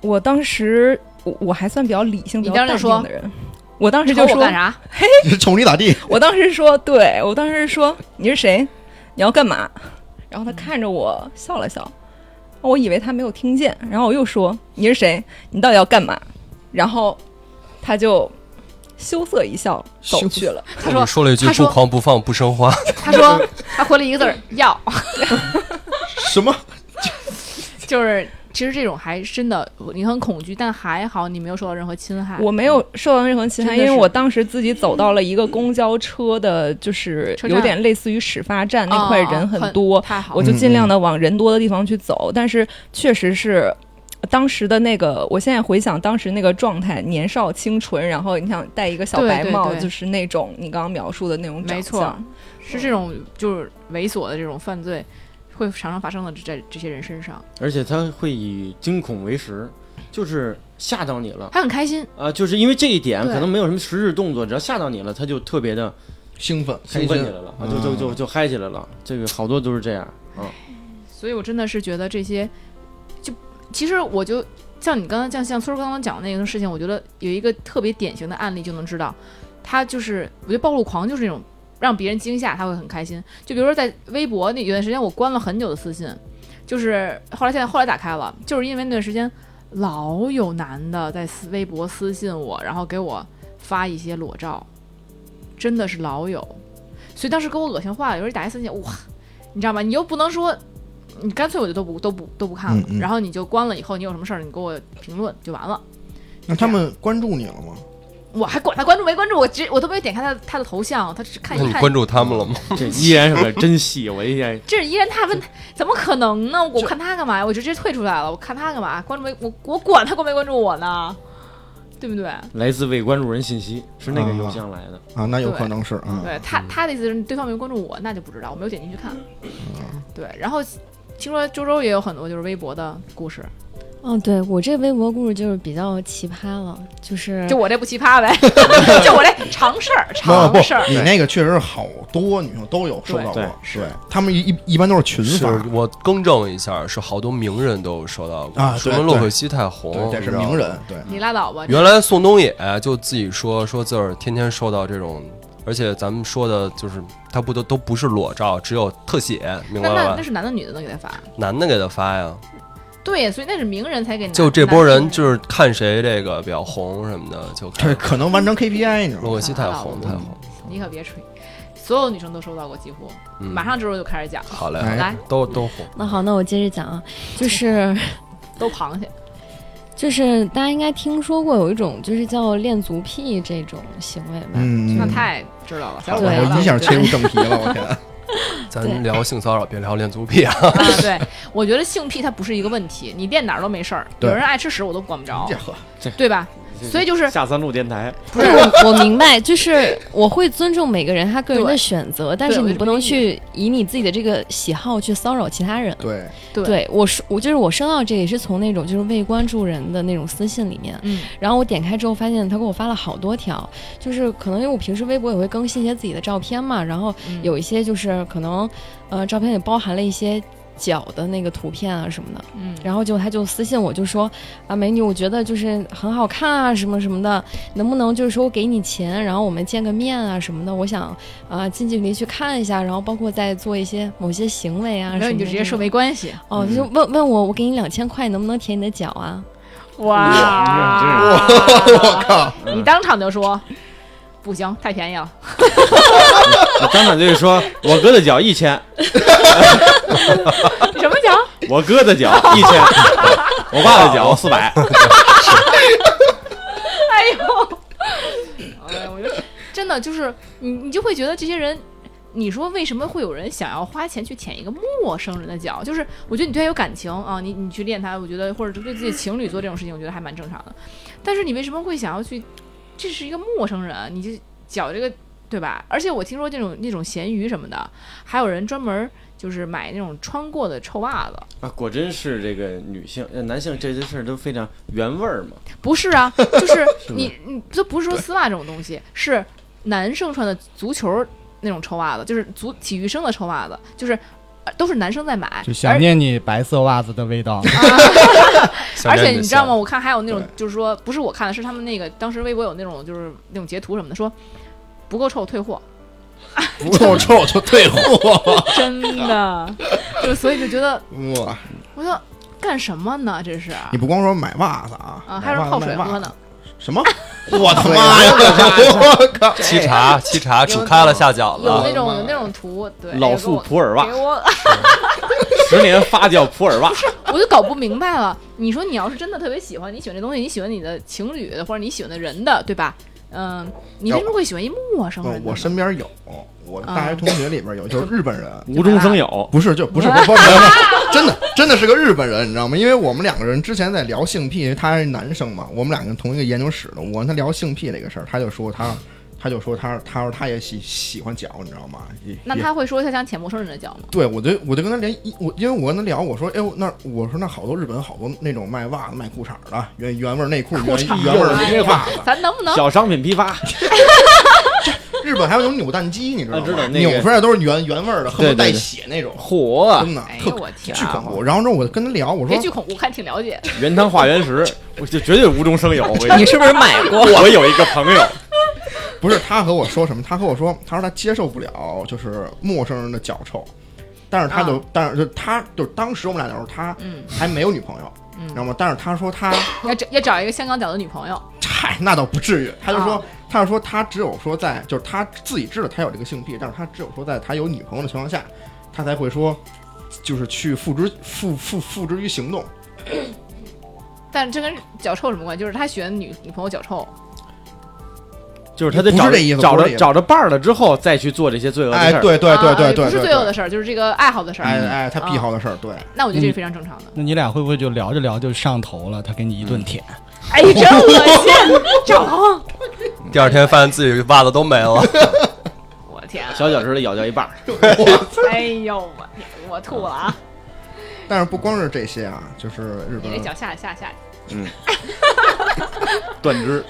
Speaker 6: 我当时我我还算比较理性、比
Speaker 2: 你当
Speaker 6: 较
Speaker 2: 时
Speaker 6: 淡
Speaker 2: 说
Speaker 6: 定的人。我当时
Speaker 2: 瞅
Speaker 6: 就
Speaker 2: 我
Speaker 6: 说
Speaker 2: 干啥？
Speaker 4: 瞅你咋地？
Speaker 6: *laughs* 我当时说，对我当时说你是谁，你要干嘛？然后他看着我笑了笑，我以为他没有听见，然后我又说你是谁，你到底要干嘛？然后他就羞涩一笑走
Speaker 4: 羞涩
Speaker 6: 去了。
Speaker 2: 他说
Speaker 8: 你说了一句
Speaker 2: 他
Speaker 8: 不
Speaker 2: 说
Speaker 8: 狂不放不生花，
Speaker 2: 他说他回了一个字儿“要 *laughs*
Speaker 4: 什么？”，
Speaker 2: 就是其实这种还真的你很恐惧，但还好你没有受到任何侵害。
Speaker 6: 我没有受到任何侵害，
Speaker 2: 真的
Speaker 6: 因
Speaker 2: 是
Speaker 6: 为我当时自己走到了一个公交车的，就是
Speaker 2: 车站
Speaker 6: 有点类似于始发站那块
Speaker 2: 哦
Speaker 6: 人
Speaker 2: 很
Speaker 6: 很多，
Speaker 2: 太好
Speaker 6: 我
Speaker 2: 了，
Speaker 6: 就尽量的往人多的地方去走。但是确实是呃当时的那个，我现在回想当时那个状态，年少清纯，然后你想戴一个小
Speaker 2: 对
Speaker 6: 白
Speaker 2: 对
Speaker 6: 帽，
Speaker 2: 对
Speaker 6: 就是那种你刚刚描述的那种长
Speaker 2: 没
Speaker 6: 相。
Speaker 2: 错，是这种就是猥琐的这种犯罪会常常发生的在这些人身上。
Speaker 5: 而且他会以惊恐为食，就是吓到你了
Speaker 2: 他很开心，
Speaker 5: 啊、就是因为这一点
Speaker 2: 对
Speaker 5: 可能没有什么实质动作，只要吓到你了，他就特别的
Speaker 4: 兴奋，
Speaker 5: 兴奋起来
Speaker 4: 开
Speaker 5: 了，
Speaker 2: 嗯
Speaker 5: 啊、就就就就嗨起来了。这个好多都是这样啊，
Speaker 2: 所以我真的是觉得这些，就其实我就像你刚刚像像村儿刚刚讲的那个事情，我觉得有一个特别典型的案例就能知道，他就是我觉得暴露狂就是那种让别人惊吓，他会很开心。就比如说在微博那有段时间，我关了很久的私信，就是后来现在后来打开了，就是因为那段时间老有男的在私微博私信我，然后给我发一些裸照，真的是老有。所以当时给我恶心坏了，有人打一私信，哇，你知道吗？你又不能说你干脆我就都不都不都不看了，
Speaker 4: 嗯嗯
Speaker 2: 然后你就关了。以后你有什么事儿，你给我评论就完了。
Speaker 4: 那他们关注你了吗？
Speaker 2: 我还管他关注没关注，我直我都没有点开他的他的头像，他只看
Speaker 8: 那
Speaker 2: 一
Speaker 8: 你
Speaker 2: 看。
Speaker 8: 关注他们了吗？
Speaker 2: *laughs*
Speaker 5: 这依然是个真戏，我依然
Speaker 2: 这依然他问，怎么可能呢？我看他干嘛呀？我就直接退出来了。我看他干嘛？关注没我我管他关没关注我呢？对不对？
Speaker 5: 来自未关注人信息，是那个邮箱来的。
Speaker 4: 啊，那有可能是啊。
Speaker 8: 嗯嗯
Speaker 2: 对他他的意思是对方没关注我，那就不知道，我没有点进去看。对，然后听说周周也有很多就是微博的故事，
Speaker 7: 哦，对我这微博故事就是比较奇葩了，
Speaker 8: 嗯
Speaker 7: 就是
Speaker 2: 就我这不奇葩
Speaker 8: *laughs*
Speaker 2: 呗，就我这常事儿，
Speaker 4: 不
Speaker 2: 常事儿。
Speaker 8: 哦
Speaker 4: 你那个确实好多女生都有收到
Speaker 5: 对
Speaker 4: 过，对，他们一一一般都是群
Speaker 8: 是
Speaker 4: 发，
Speaker 8: 我更正一下，是好多名人都有收到过，
Speaker 4: 啊
Speaker 8: 说
Speaker 4: 对
Speaker 8: 明洛
Speaker 4: 对
Speaker 8: 可西太
Speaker 4: 对，
Speaker 8: 红，
Speaker 4: 得是
Speaker 8: 你知道
Speaker 4: 名
Speaker 8: 吗
Speaker 5: 哦
Speaker 4: 人，对，
Speaker 2: 你拉倒吧，
Speaker 8: 原来宋冬野就自己说说自个儿天天收到这种，而且咱们说的就是他不都都不是裸照，只有特写，明
Speaker 2: 那
Speaker 8: 白
Speaker 2: 那
Speaker 8: 吧
Speaker 2: 那？是男的女的能给他发？
Speaker 8: 男的给他发呀，
Speaker 2: 对，所以那是名人才给男。
Speaker 8: 就这波
Speaker 2: 男
Speaker 8: 人
Speaker 2: 的
Speaker 8: 就是看谁这个比较红什么的就
Speaker 4: 这
Speaker 8: 看。
Speaker 4: 可能完成 KPI，你知道
Speaker 8: 洛
Speaker 4: 吗？
Speaker 8: 可西太红太红，
Speaker 2: 你可别吹，所有女生都收到过，几乎。
Speaker 8: 嗯
Speaker 2: 马上这周就开始讲，
Speaker 8: 好嘞，
Speaker 4: 哎
Speaker 2: 来
Speaker 8: 都都红。
Speaker 7: 那好，那我接着讲啊，
Speaker 2: *laughs*
Speaker 7: 就是
Speaker 2: 都螃蟹，
Speaker 7: 就是大家应该听说过有一种就是叫恋足癖这种行为吧？
Speaker 4: 嗯，
Speaker 2: 那太知道了。小
Speaker 4: 好
Speaker 2: 伙
Speaker 4: 了，
Speaker 2: 子
Speaker 4: 我一下
Speaker 2: 对
Speaker 4: 切入正题了，我天，
Speaker 7: 对
Speaker 8: 咱聊性骚扰，别聊恋足
Speaker 2: *laughs*
Speaker 8: 癖啊！
Speaker 2: 啊，对，我觉得性癖它不是一个问题，你练哪儿都没事儿。有
Speaker 4: 对
Speaker 2: 人爱吃屎，我都管不着
Speaker 4: 这，呵，
Speaker 2: 对吧？所以就是
Speaker 5: 下三路电台，
Speaker 7: 对，我我明白，就是我会尊重每个人他个人的
Speaker 2: 对
Speaker 7: 选择，但是
Speaker 2: 我
Speaker 7: 你
Speaker 2: 就
Speaker 7: 不能
Speaker 2: 是这
Speaker 7: 去以你自己的这个喜好去骚扰其他人。
Speaker 4: 对，
Speaker 2: 对
Speaker 7: 对我是我就是我收到这个也是从那种就是未关注人的那种私信里面，
Speaker 2: 嗯，
Speaker 7: 然后我点开之后发现他给我发了好多条，就是可能因为我平时微博也会更新一些自己的照片嘛，然后
Speaker 2: 嗯
Speaker 7: 有一些就是可能呃照片里包含了一些脚的那个图片啊什么的，
Speaker 2: 嗯，
Speaker 7: 然后就他就私信我就说啊美女，我觉得就是很好看啊什么什么的，能不能就是说我给你钱，然后我们见个面啊什么的，我想啊、呃近距离去看一下，然后包括再做一些某些行为啊什么
Speaker 2: 然后
Speaker 7: 的这种，
Speaker 2: 你就直接说没关系。
Speaker 7: 哦，他就问问我，我给你两千块，能不能舔你的脚啊？
Speaker 4: *laughs*
Speaker 2: 哇，我靠！你当场就说不行，太便宜了。 *laughs*
Speaker 5: 我啊当场就说，我哥的脚一千，
Speaker 2: 什么奖？
Speaker 5: 我哥的脚一千， *laughs* 我爸的脚四百，
Speaker 2: 哎呦，哎，我觉得真的就是你，你就会觉得这些人，你说为什么会有人想要花钱去舔一个陌生人的脚？就是我觉得你对他有感情啊，你你去恋他，我觉得或者对自己情侣做这种事情，我觉得还蛮正常的。但是你为什么会想要去？这是一个陌生人，你就脚这个对吧？而且我听说这种那种咸鱼什么的，还有人专门就是买那种穿过的臭袜子。
Speaker 5: 啊，果真是这个女性、呃男性这些事儿都非常原味儿嘛。
Speaker 2: 不是啊，就是你你这不是说丝袜这种东西，是男生穿的足球那种臭袜子，就是足体育生的臭袜子，就是。呃都是男生在买，
Speaker 3: *laughs* 就想念你白色袜子的味道。
Speaker 2: 而而且你知
Speaker 8: *laughs*
Speaker 2: 道吗？？我看还有那种
Speaker 4: 对，
Speaker 2: 就是说不是我看的，是他们那个当时微博有那种就是那种截图什么的，说不够臭退货，
Speaker 4: 不臭臭就退
Speaker 2: *laughs*
Speaker 4: 货，
Speaker 2: 真的，就所以就觉得
Speaker 4: 哇，
Speaker 2: 我说干什么呢？这是
Speaker 4: 你不光说买袜子啊，
Speaker 2: 啊，
Speaker 4: 买
Speaker 2: 还有人
Speaker 4: 袜
Speaker 2: 泡
Speaker 4: 子
Speaker 2: 水
Speaker 4: 卖袜
Speaker 2: 喝
Speaker 4: 子
Speaker 2: 呢，
Speaker 4: 什么？我他妈呀！我靠！
Speaker 8: 沏茶，沏茶，煮开了下饺
Speaker 2: 有
Speaker 8: 子，
Speaker 2: 那种有那种图，对，
Speaker 5: 老
Speaker 2: 有给
Speaker 5: 宿
Speaker 2: 我
Speaker 5: 普洱袜
Speaker 2: 给，我
Speaker 5: 十年发酵普洱袜，
Speaker 2: *laughs* 我就搞不明白了。你说你要是真的特别喜欢，你喜欢这东西，你喜欢你的情侣的或者你喜欢的人的，对吧？嗯，你为什么会喜欢一陌生人呢？
Speaker 4: 呃哦我身边有，我大学同学里边有，就是日 *laughs* 本人，
Speaker 5: 无中生有。
Speaker 4: 不是就不是不是不是，不是真的真的是个日本人，你知道吗？因为我们两个人之前在聊性癖，他是男生嘛，我们两个同一个研究室的，我跟他聊性癖这个事儿，他就说他。他就说他他说他也喜喜欢脚，你知道吗？也
Speaker 2: 那
Speaker 4: 也
Speaker 2: 他会说他想舔陌生人的脚吗？
Speaker 4: 对，我就我就跟他连一我，因为我跟他聊，我说，哎呦，那我说那好多日本好多那种卖袜子、卖裤衩的原原味儿内裤、原原味儿
Speaker 2: 哎
Speaker 4: 内
Speaker 2: 呀
Speaker 4: 袜子，
Speaker 2: 咱能不能？
Speaker 5: 小商品
Speaker 2: *laughs*
Speaker 5: 批发，
Speaker 4: 日本还有那种扭蛋机，你知道吗？
Speaker 5: 啊知道那个
Speaker 4: 扭出来都是原原味儿的，恨不
Speaker 5: 对
Speaker 4: 得带
Speaker 5: 对
Speaker 4: 血那种，
Speaker 5: 嚯啊！
Speaker 4: 真的
Speaker 2: 哎
Speaker 4: 特
Speaker 2: 呦我天
Speaker 4: 巨恐
Speaker 2: 啊！哎
Speaker 4: 怖。然后之后我跟他聊，我说
Speaker 2: 别巨恐怖，看挺了解。
Speaker 5: *laughs* 原汤化
Speaker 2: *laughs*
Speaker 5: 原食，我就绝对无中生有。我跟你
Speaker 7: 是不是买过？
Speaker 5: *laughs* 说，我有一个朋友，
Speaker 4: 不是，他和我说什么？他和我说，他说他接受不了就是陌生人的脚臭，但是他就、但是就他就当时我们俩聊的时候，他
Speaker 2: 啊嗯
Speaker 4: 还没有女朋友，
Speaker 2: 嗯
Speaker 4: 知道吗？但是他说他 *laughs*
Speaker 2: 要找要找一个香港脚的女朋友，
Speaker 4: 嗨，那倒不至于。他就说，
Speaker 2: 啊
Speaker 4: 他就说他只有说在，就是他自己知道他有这个性癖，但是他只有说在他有女朋友的情况下，他才会说，就是去付之付付付之于行动。
Speaker 2: 但这跟脚臭什么关系？就是他喜欢女女朋友脚臭，
Speaker 5: 就是他得
Speaker 4: 不是
Speaker 5: 找
Speaker 4: 这意思
Speaker 5: 找
Speaker 4: 不是
Speaker 5: 着
Speaker 4: 这意思
Speaker 5: 找着伴儿了之后，再去做这些罪恶的
Speaker 4: 哎
Speaker 5: 事，儿。
Speaker 4: 对对对
Speaker 2: 啊
Speaker 4: 对
Speaker 2: 也
Speaker 4: 对，
Speaker 2: 不是
Speaker 4: 对
Speaker 2: 罪恶的，事儿，就是这个爱好的事
Speaker 4: 对哎
Speaker 2: 儿。
Speaker 4: 哎，他
Speaker 2: 啊
Speaker 4: 癖好的嗯事儿，对，
Speaker 2: 那我觉得这是非常正常的。
Speaker 3: 那你俩会不会就聊着聊就上头了？他给你一
Speaker 4: 嗯
Speaker 3: 顿舔，
Speaker 2: 哎，
Speaker 4: *laughs*
Speaker 2: 真恶心！整，
Speaker 8: 第二天发现自己袜子都
Speaker 2: *laughs*
Speaker 8: 没了。
Speaker 2: 我天啊！
Speaker 5: 小脚趾头咬掉一半儿，
Speaker 2: 哎呦我天，我吐了啊！
Speaker 4: 但是不光是这些啊，就是日
Speaker 2: 你这
Speaker 4: 本，
Speaker 2: 脚下下下，
Speaker 5: 断肢，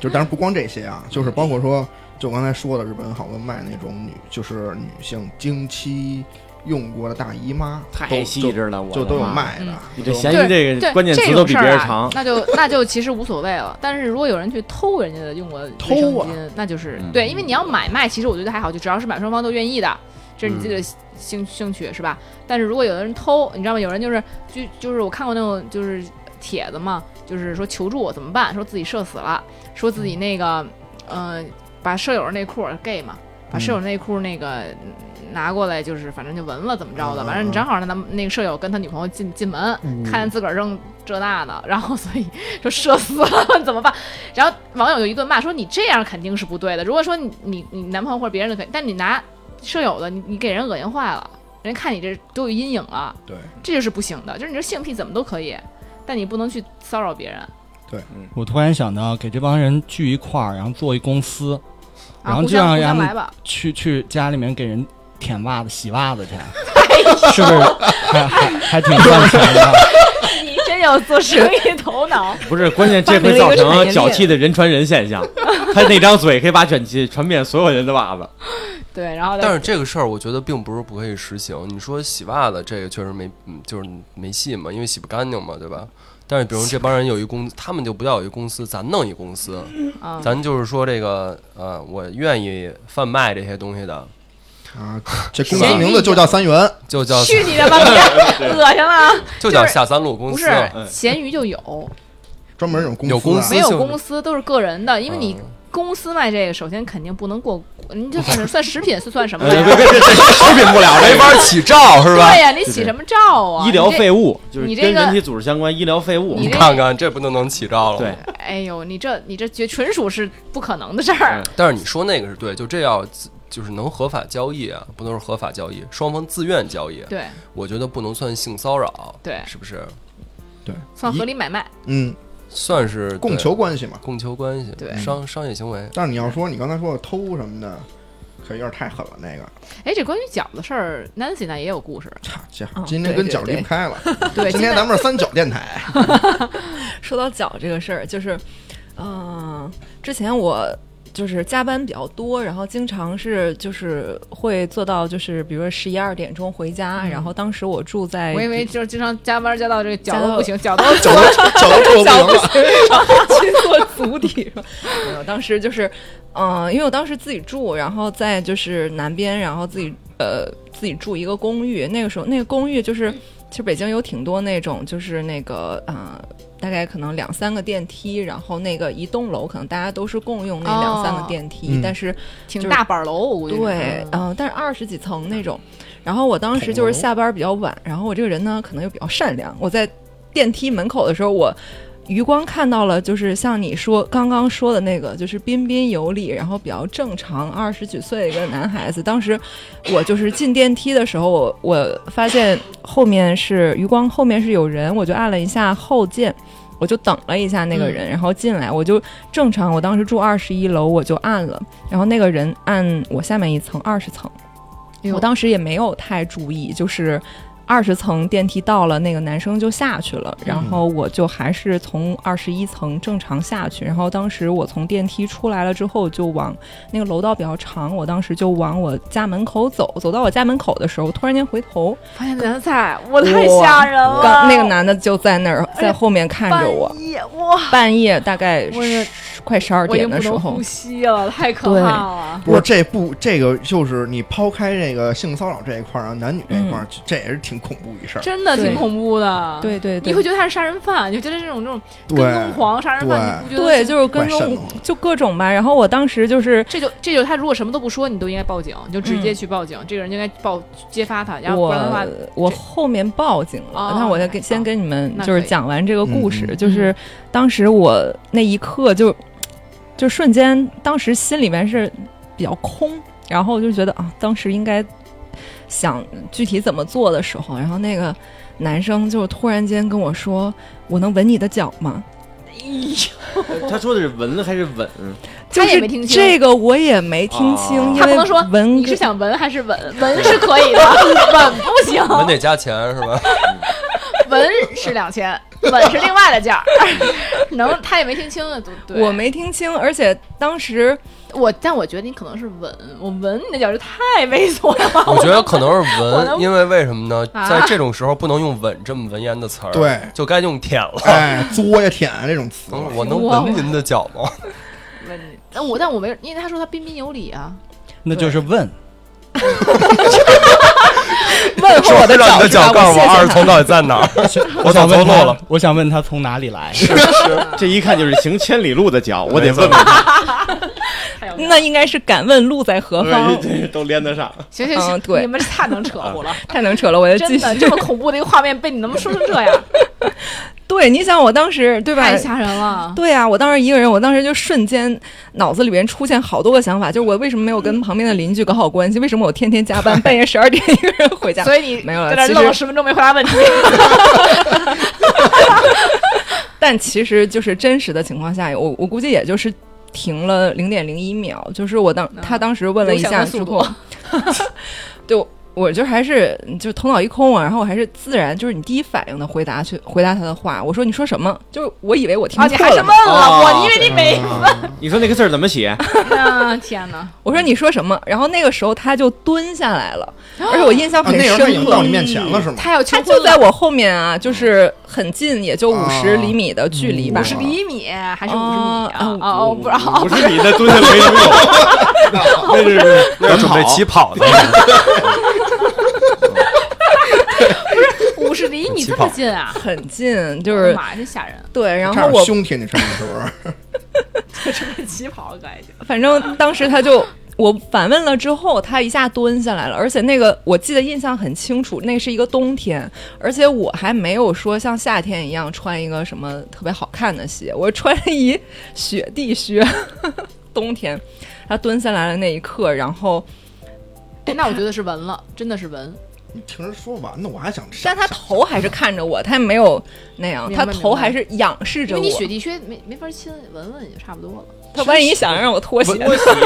Speaker 4: 就当然不光这些啊，就是包括说，就我刚才说的，日本好多卖那种女，就是女性经期用过的大姨妈，
Speaker 5: 太细致了，我
Speaker 4: 就
Speaker 5: 的
Speaker 4: 都有
Speaker 5: 妈
Speaker 4: 卖的。
Speaker 5: 你这
Speaker 4: 都有
Speaker 5: 嫌疑这个
Speaker 2: 对
Speaker 5: 关键词
Speaker 2: 这
Speaker 5: 都
Speaker 2: 种
Speaker 5: 比
Speaker 2: 事
Speaker 5: 别
Speaker 2: 儿
Speaker 5: 人
Speaker 2: 啊
Speaker 5: 长，，
Speaker 2: 那就那就其实无所谓了。但是如果有人去偷人家的用过卫
Speaker 4: 偷
Speaker 2: 生
Speaker 4: 啊
Speaker 2: 巾，那就是
Speaker 5: 嗯
Speaker 2: 对，因为你要买卖，其实我觉得还好，就只要是买双方都愿意的，这是你自
Speaker 5: 嗯
Speaker 2: 己的兴兴趣是吧？但是如果有的人偷，你知道吗？有人就是就就是我看过那种就是帖子嘛，就是说求助我怎么办，说自己社死了，说自己那个呃把舍友内裤 gay 嘛，把
Speaker 5: 嗯
Speaker 2: 舍友内裤那个。拿过来就是，反正就闻了怎么着的，
Speaker 4: 嗯
Speaker 2: 反正你正好那男那个舍友跟他女朋友进进门，看见自个儿扔这那的，然后所以说社死了 *laughs* 怎么办？然后网友就一顿骂，说你这样肯定是不对的。如果说你你你男朋友或者别人的可以，但你拿舍友的，你你给人恶心坏了，人家看你这都有阴影了，
Speaker 4: 对，
Speaker 2: 这就是不行的。就是你这性癖怎么都可以，但你不能去骚扰别人。啊
Speaker 3: 我突然想到，给这帮人聚一块儿，然后做一公司，然
Speaker 2: 啊，
Speaker 3: 后
Speaker 2: 互
Speaker 3: 就
Speaker 2: 相
Speaker 3: 让
Speaker 2: 互
Speaker 3: 他
Speaker 2: 相
Speaker 3: 们
Speaker 2: 来吧，
Speaker 3: 去去家里面给人舔袜子、洗袜子去，
Speaker 2: 哎
Speaker 3: 是不是？还还还挺赚钱的。
Speaker 2: *laughs* 你真有做生意头脑。
Speaker 5: 不是关键，这
Speaker 2: 发明了一个产
Speaker 5: 会造成
Speaker 2: 业
Speaker 5: 脚
Speaker 2: 链
Speaker 5: 气的人传人现象。他那张嘴可以把卷气传遍所有人的袜子，
Speaker 2: 对，然后再
Speaker 8: 但是这个事儿，我觉得并不是不可以实行。你说洗袜子这个确实没，嗯就是没戏嘛，因为洗不干净嘛，对吧？但是比如这帮人有一公，他们就不要有一公司，咱弄一公司，
Speaker 2: 啊，
Speaker 8: 咱就是说这个，呃，我愿意贩卖这些东西的，
Speaker 4: 啊，这公司名字就叫三元，
Speaker 8: 就叫
Speaker 2: 去你的吧，你恶心了啊。
Speaker 8: 就叫下三路公
Speaker 2: 不
Speaker 8: 司
Speaker 2: 是。，
Speaker 3: 啊嗯
Speaker 2: 咸鱼就有，
Speaker 4: 专门有公司、啊、
Speaker 8: 有公司
Speaker 2: 没有
Speaker 8: 性的
Speaker 2: 公司都是个人的，因为你
Speaker 8: 嗯
Speaker 2: 公司卖这个，首先肯定不能过， *laughs* 你就算算食品是算什么
Speaker 5: 呃，
Speaker 2: 玩意
Speaker 5: 别
Speaker 2: 儿？
Speaker 5: 别别，这食品不了，
Speaker 8: 没
Speaker 5: 这
Speaker 8: 法起照是吧
Speaker 2: 对？呀、你起什么照啊？
Speaker 5: 医疗
Speaker 2: 你这
Speaker 5: 废物就是
Speaker 2: 你这
Speaker 5: 跟
Speaker 2: 个
Speaker 5: 人体组织相关，医疗废物
Speaker 2: 你
Speaker 8: 你
Speaker 2: 这
Speaker 8: 看看，这不都能起照了？
Speaker 5: 对。
Speaker 2: 哎呦，你这你这绝纯属是不可能的事儿。
Speaker 8: 但是你说那个是对，就这要自就是能合法交易啊，不能是合法交易，双方自愿交易，
Speaker 2: 对，
Speaker 8: 我觉得不能算性骚扰，
Speaker 2: 对
Speaker 8: 是不是？
Speaker 2: 算合理买卖。
Speaker 4: 嗯，
Speaker 8: 算是
Speaker 4: 供
Speaker 8: 对
Speaker 4: 求关系嘛。
Speaker 8: 供求关系，
Speaker 2: 对
Speaker 8: 商商业行
Speaker 2: *laughs*
Speaker 8: 为。
Speaker 4: 但是你要说你刚才说的偷什么的，可有点太狠了。那个，
Speaker 2: 哎，这关于饺子的事儿，Nancy 呢也有故事。
Speaker 4: 操家
Speaker 6: 嗯
Speaker 4: 伙，今天
Speaker 6: 对
Speaker 4: 跟
Speaker 6: 对
Speaker 4: 脚离
Speaker 6: 对
Speaker 4: 不开了。
Speaker 2: 对，
Speaker 4: 今天咱们是三角电台，
Speaker 6: 说到脚这个事儿，就是，嗯、之前我就是加班比较多，然后经常是就是会做到就是比如说十一二点钟回家，然后当时我住在
Speaker 2: 嗯我以为就是经常加班加到这个脚
Speaker 6: 加
Speaker 2: 都
Speaker 6: 到
Speaker 2: 不
Speaker 6: *laughs*
Speaker 2: 行，脚都
Speaker 4: 脚都脚都坐不赢了。
Speaker 6: 去做足底吧。没有，当时就是，嗯、因为我当时自己住，然后在就是南边，然后自己呃自己住一个公寓。那个时候那个公寓就是，
Speaker 4: 嗯
Speaker 6: 其实北京有挺多那种就是那个呃。大概可能两三个电梯，然后那个一栋楼可能大家都是共用那两三个
Speaker 2: 哦
Speaker 6: 电梯，
Speaker 4: 嗯
Speaker 6: 但是
Speaker 2: 挺大板楼，我估计是。
Speaker 6: 对，嗯、但是二十几层那种。然后我当时就是下班比较晚，然后我这个人呢可能又比较善良，我在电梯门口的时候，我余光看到了，就是像你说刚刚说的那个，就是彬彬有礼，然后比较正常，二十几岁的一个男孩子。当时我就是进电梯的时候，我我发现后面是余光后面是有人，我就按了一下后键。我就等了一下那个人，然后进来，我就正常。我当时住二十一楼，我就按了，然后那个人按我下面一层二十层，
Speaker 2: 哎呦
Speaker 6: 我当时也没有太注意，就是二十层电梯到了，那个男生就下去
Speaker 2: 嗯
Speaker 6: 了，然后我就还是从二十一层正常下去。然后当时我从电梯出来了之后，就往那个楼道比较长，我当时就往我家门口走。走到我家门口的时候，突然间回头，
Speaker 2: 发现南菜，我太吓人了。
Speaker 6: 刚那个男的就在那儿在后面看着我，
Speaker 2: 啊哎半夜哇，
Speaker 6: 半夜大概
Speaker 2: 我也
Speaker 6: 十快十二
Speaker 2: 我已经
Speaker 6: 点
Speaker 2: 不
Speaker 6: 的时
Speaker 2: 能
Speaker 6: 候
Speaker 2: 呼，吸了，太可
Speaker 6: 对
Speaker 2: 怕了。
Speaker 4: 不是这不这个就是你抛开这个性骚扰这一块儿啊，男女这一块儿，
Speaker 2: 嗯
Speaker 4: 这也是挺恐怖一事儿。
Speaker 2: 真的
Speaker 6: 对
Speaker 2: 挺恐怖的。，
Speaker 6: 对对
Speaker 2: 啊
Speaker 6: 对，
Speaker 2: 你会觉得他是杀人犯，你就觉得这种这种
Speaker 4: 对
Speaker 2: 跟踪狂、杀人犯，你不觉得
Speaker 6: 对，就是跟
Speaker 4: 怪瘆
Speaker 6: 踪
Speaker 4: 得慌，
Speaker 6: 就各种吧。然后我当时就是
Speaker 2: 这就这就是他如果什么都不说，你都应该报警，你就直接去报警，这个人就应该报揭发他，然后不
Speaker 6: 我
Speaker 2: 然的话，
Speaker 6: 我后面报警了
Speaker 2: 哦，
Speaker 6: 但我再跟
Speaker 2: 那
Speaker 6: 先跟你们
Speaker 2: 那
Speaker 6: 就是
Speaker 2: 可以
Speaker 6: 讲完这个故
Speaker 4: 嗯
Speaker 6: 事，
Speaker 4: 嗯
Speaker 6: 就是当时我那一刻就就瞬间，当时心里面是比较空，然后就觉得啊，当时应该想具体怎么做的时候，然后那个男生就突然间跟我说：“我能闻你的脚吗？”
Speaker 5: *laughs* 他说的是纹还是吻？
Speaker 6: 就
Speaker 2: 他也
Speaker 6: 是
Speaker 2: 没听清
Speaker 6: 这个我也没听清，
Speaker 5: 哦
Speaker 6: 因为
Speaker 2: 他不能说
Speaker 6: 文
Speaker 2: 你是
Speaker 6: 跟
Speaker 2: 想纹还是纹，纹是可以的，
Speaker 6: *laughs*
Speaker 2: 纹不行，
Speaker 8: 我得加钱是吧？
Speaker 2: 纹是两千，纹是另外的价儿。 *laughs* 能，他也没听清啊，都对。
Speaker 6: 我没听清，而且当时
Speaker 2: 我，但我觉得你可能是吻，我吻你那脚就太猥琐了。
Speaker 6: *laughs*
Speaker 8: 我觉得可能
Speaker 2: *laughs*
Speaker 8: 是
Speaker 2: 我都
Speaker 8: 文，因为为什么呢？
Speaker 2: 啊
Speaker 8: 在这种时候不能用吻这么文言的词儿，
Speaker 4: 对
Speaker 8: 就该用舔了。
Speaker 4: 哎，作呀舔啊这种词，
Speaker 8: 等会儿我能闻您的脚
Speaker 2: *laughs*
Speaker 8: 吗？
Speaker 2: 吻你，但我但我没，因为他说他彬彬有礼啊，
Speaker 3: 那就是问，
Speaker 6: 问候我的
Speaker 8: 让你的
Speaker 6: 脚
Speaker 8: 脚
Speaker 6: 是吧
Speaker 8: 告诉我
Speaker 6: 谢谢
Speaker 8: 二十
Speaker 6: 他
Speaker 8: 从到底在哪
Speaker 5: *laughs*
Speaker 8: 儿？我
Speaker 3: 想
Speaker 8: 走错路
Speaker 3: 问他
Speaker 8: 了。，
Speaker 3: 我想问他从哪里来，
Speaker 5: 这一看就是行千里路的脚，我得问问
Speaker 6: 那应该是敢问路在何
Speaker 5: 他，
Speaker 6: 方，
Speaker 5: 哎这都连得上。
Speaker 2: 行行行，
Speaker 6: 嗯对
Speaker 2: 你们太能
Speaker 6: *laughs*
Speaker 2: 扯乎了，
Speaker 6: 太能扯了，我要继
Speaker 2: 真
Speaker 6: 续
Speaker 2: 的。这么恐怖的一个画面被你能说成这样，
Speaker 6: *laughs* 对，你想我当时对吧？
Speaker 2: 太吓人了。
Speaker 6: 对啊，我当时一个人，我当时就瞬间脑子里边出现好多个想法，就是我为什么没有跟旁边的邻居搞好关系？为什么我天天加
Speaker 2: *laughs*
Speaker 6: 班，半夜十二点一个人回家？
Speaker 2: 所以你
Speaker 6: 没有了
Speaker 2: 在那儿
Speaker 6: 其
Speaker 2: 愣了
Speaker 6: 实
Speaker 2: 十分钟没回答 *laughs* 问题，哦
Speaker 6: 但其实就是真实的情况下，我我估计也就是停了零点零一秒，就是我当
Speaker 2: 嗯
Speaker 6: 他当时问了一下之
Speaker 2: 流
Speaker 6: 后 *laughs*
Speaker 2: 向，
Speaker 6: 对，我我就还是就头脑一空啊，然后我还是自然就是你第一反应的回答去回答他的话，我说你说什么？就是我以为我听
Speaker 2: 啊，你
Speaker 6: 错
Speaker 2: 还是
Speaker 6: 了
Speaker 2: 问
Speaker 6: 嘛，
Speaker 2: 了
Speaker 5: 哦
Speaker 2: 我，因为你
Speaker 4: 啊
Speaker 2: 没
Speaker 5: 你说那个字儿怎么写？
Speaker 2: 啊， *laughs* 天哪！
Speaker 6: 我说你说什么？然后那个时候他就蹲下来了，而且我印象
Speaker 4: 啊，
Speaker 6: 很
Speaker 4: 那时候他已
Speaker 6: 深
Speaker 4: 经
Speaker 6: 刻。
Speaker 4: 到你面前了是吗？
Speaker 2: 他要求
Speaker 6: 他就在我后面啊，就是很近，也就五十厘米的距离吧。
Speaker 2: 五十厘米还是五十米
Speaker 6: 啊
Speaker 2: 啊？哦，我不知道。
Speaker 5: 不是你那蹲下没什么用， *laughs* 那是
Speaker 8: 那准备起跑呢。
Speaker 2: 五十厘米这么近啊？
Speaker 6: 很近，
Speaker 2: *laughs*
Speaker 6: 就
Speaker 2: 就是妈呀，真吓 *laughs* 人！
Speaker 6: 对，然
Speaker 4: 差
Speaker 6: 后
Speaker 4: 点
Speaker 6: 我
Speaker 4: 胸贴你上面是不是？
Speaker 2: 起跑感觉
Speaker 6: 反正当时他就我反问了之后，他一下蹲下来了，而且那个我记得印象很清楚，那是一个冬天，而且我还没有说像夏天一样穿一个什么特别好看的鞋，我穿一雪地靴， *laughs* 冬天。他蹲下来的那一刻，
Speaker 2: *laughs*
Speaker 6: 然后，
Speaker 2: 哎那我觉得是纹了，真的是纹。
Speaker 4: 你听人说完了，我还想吃。
Speaker 6: 但他头还是看着我，他没有那样，
Speaker 2: 明白
Speaker 6: 他头
Speaker 2: 明白
Speaker 6: 还是仰视
Speaker 2: 因
Speaker 6: 着
Speaker 2: 为
Speaker 6: 我。
Speaker 2: 你雪地靴没没法亲，纹纹也就差不多了。
Speaker 6: 他万一想让我脱鞋
Speaker 5: 闻，过鞋呢？
Speaker 2: 不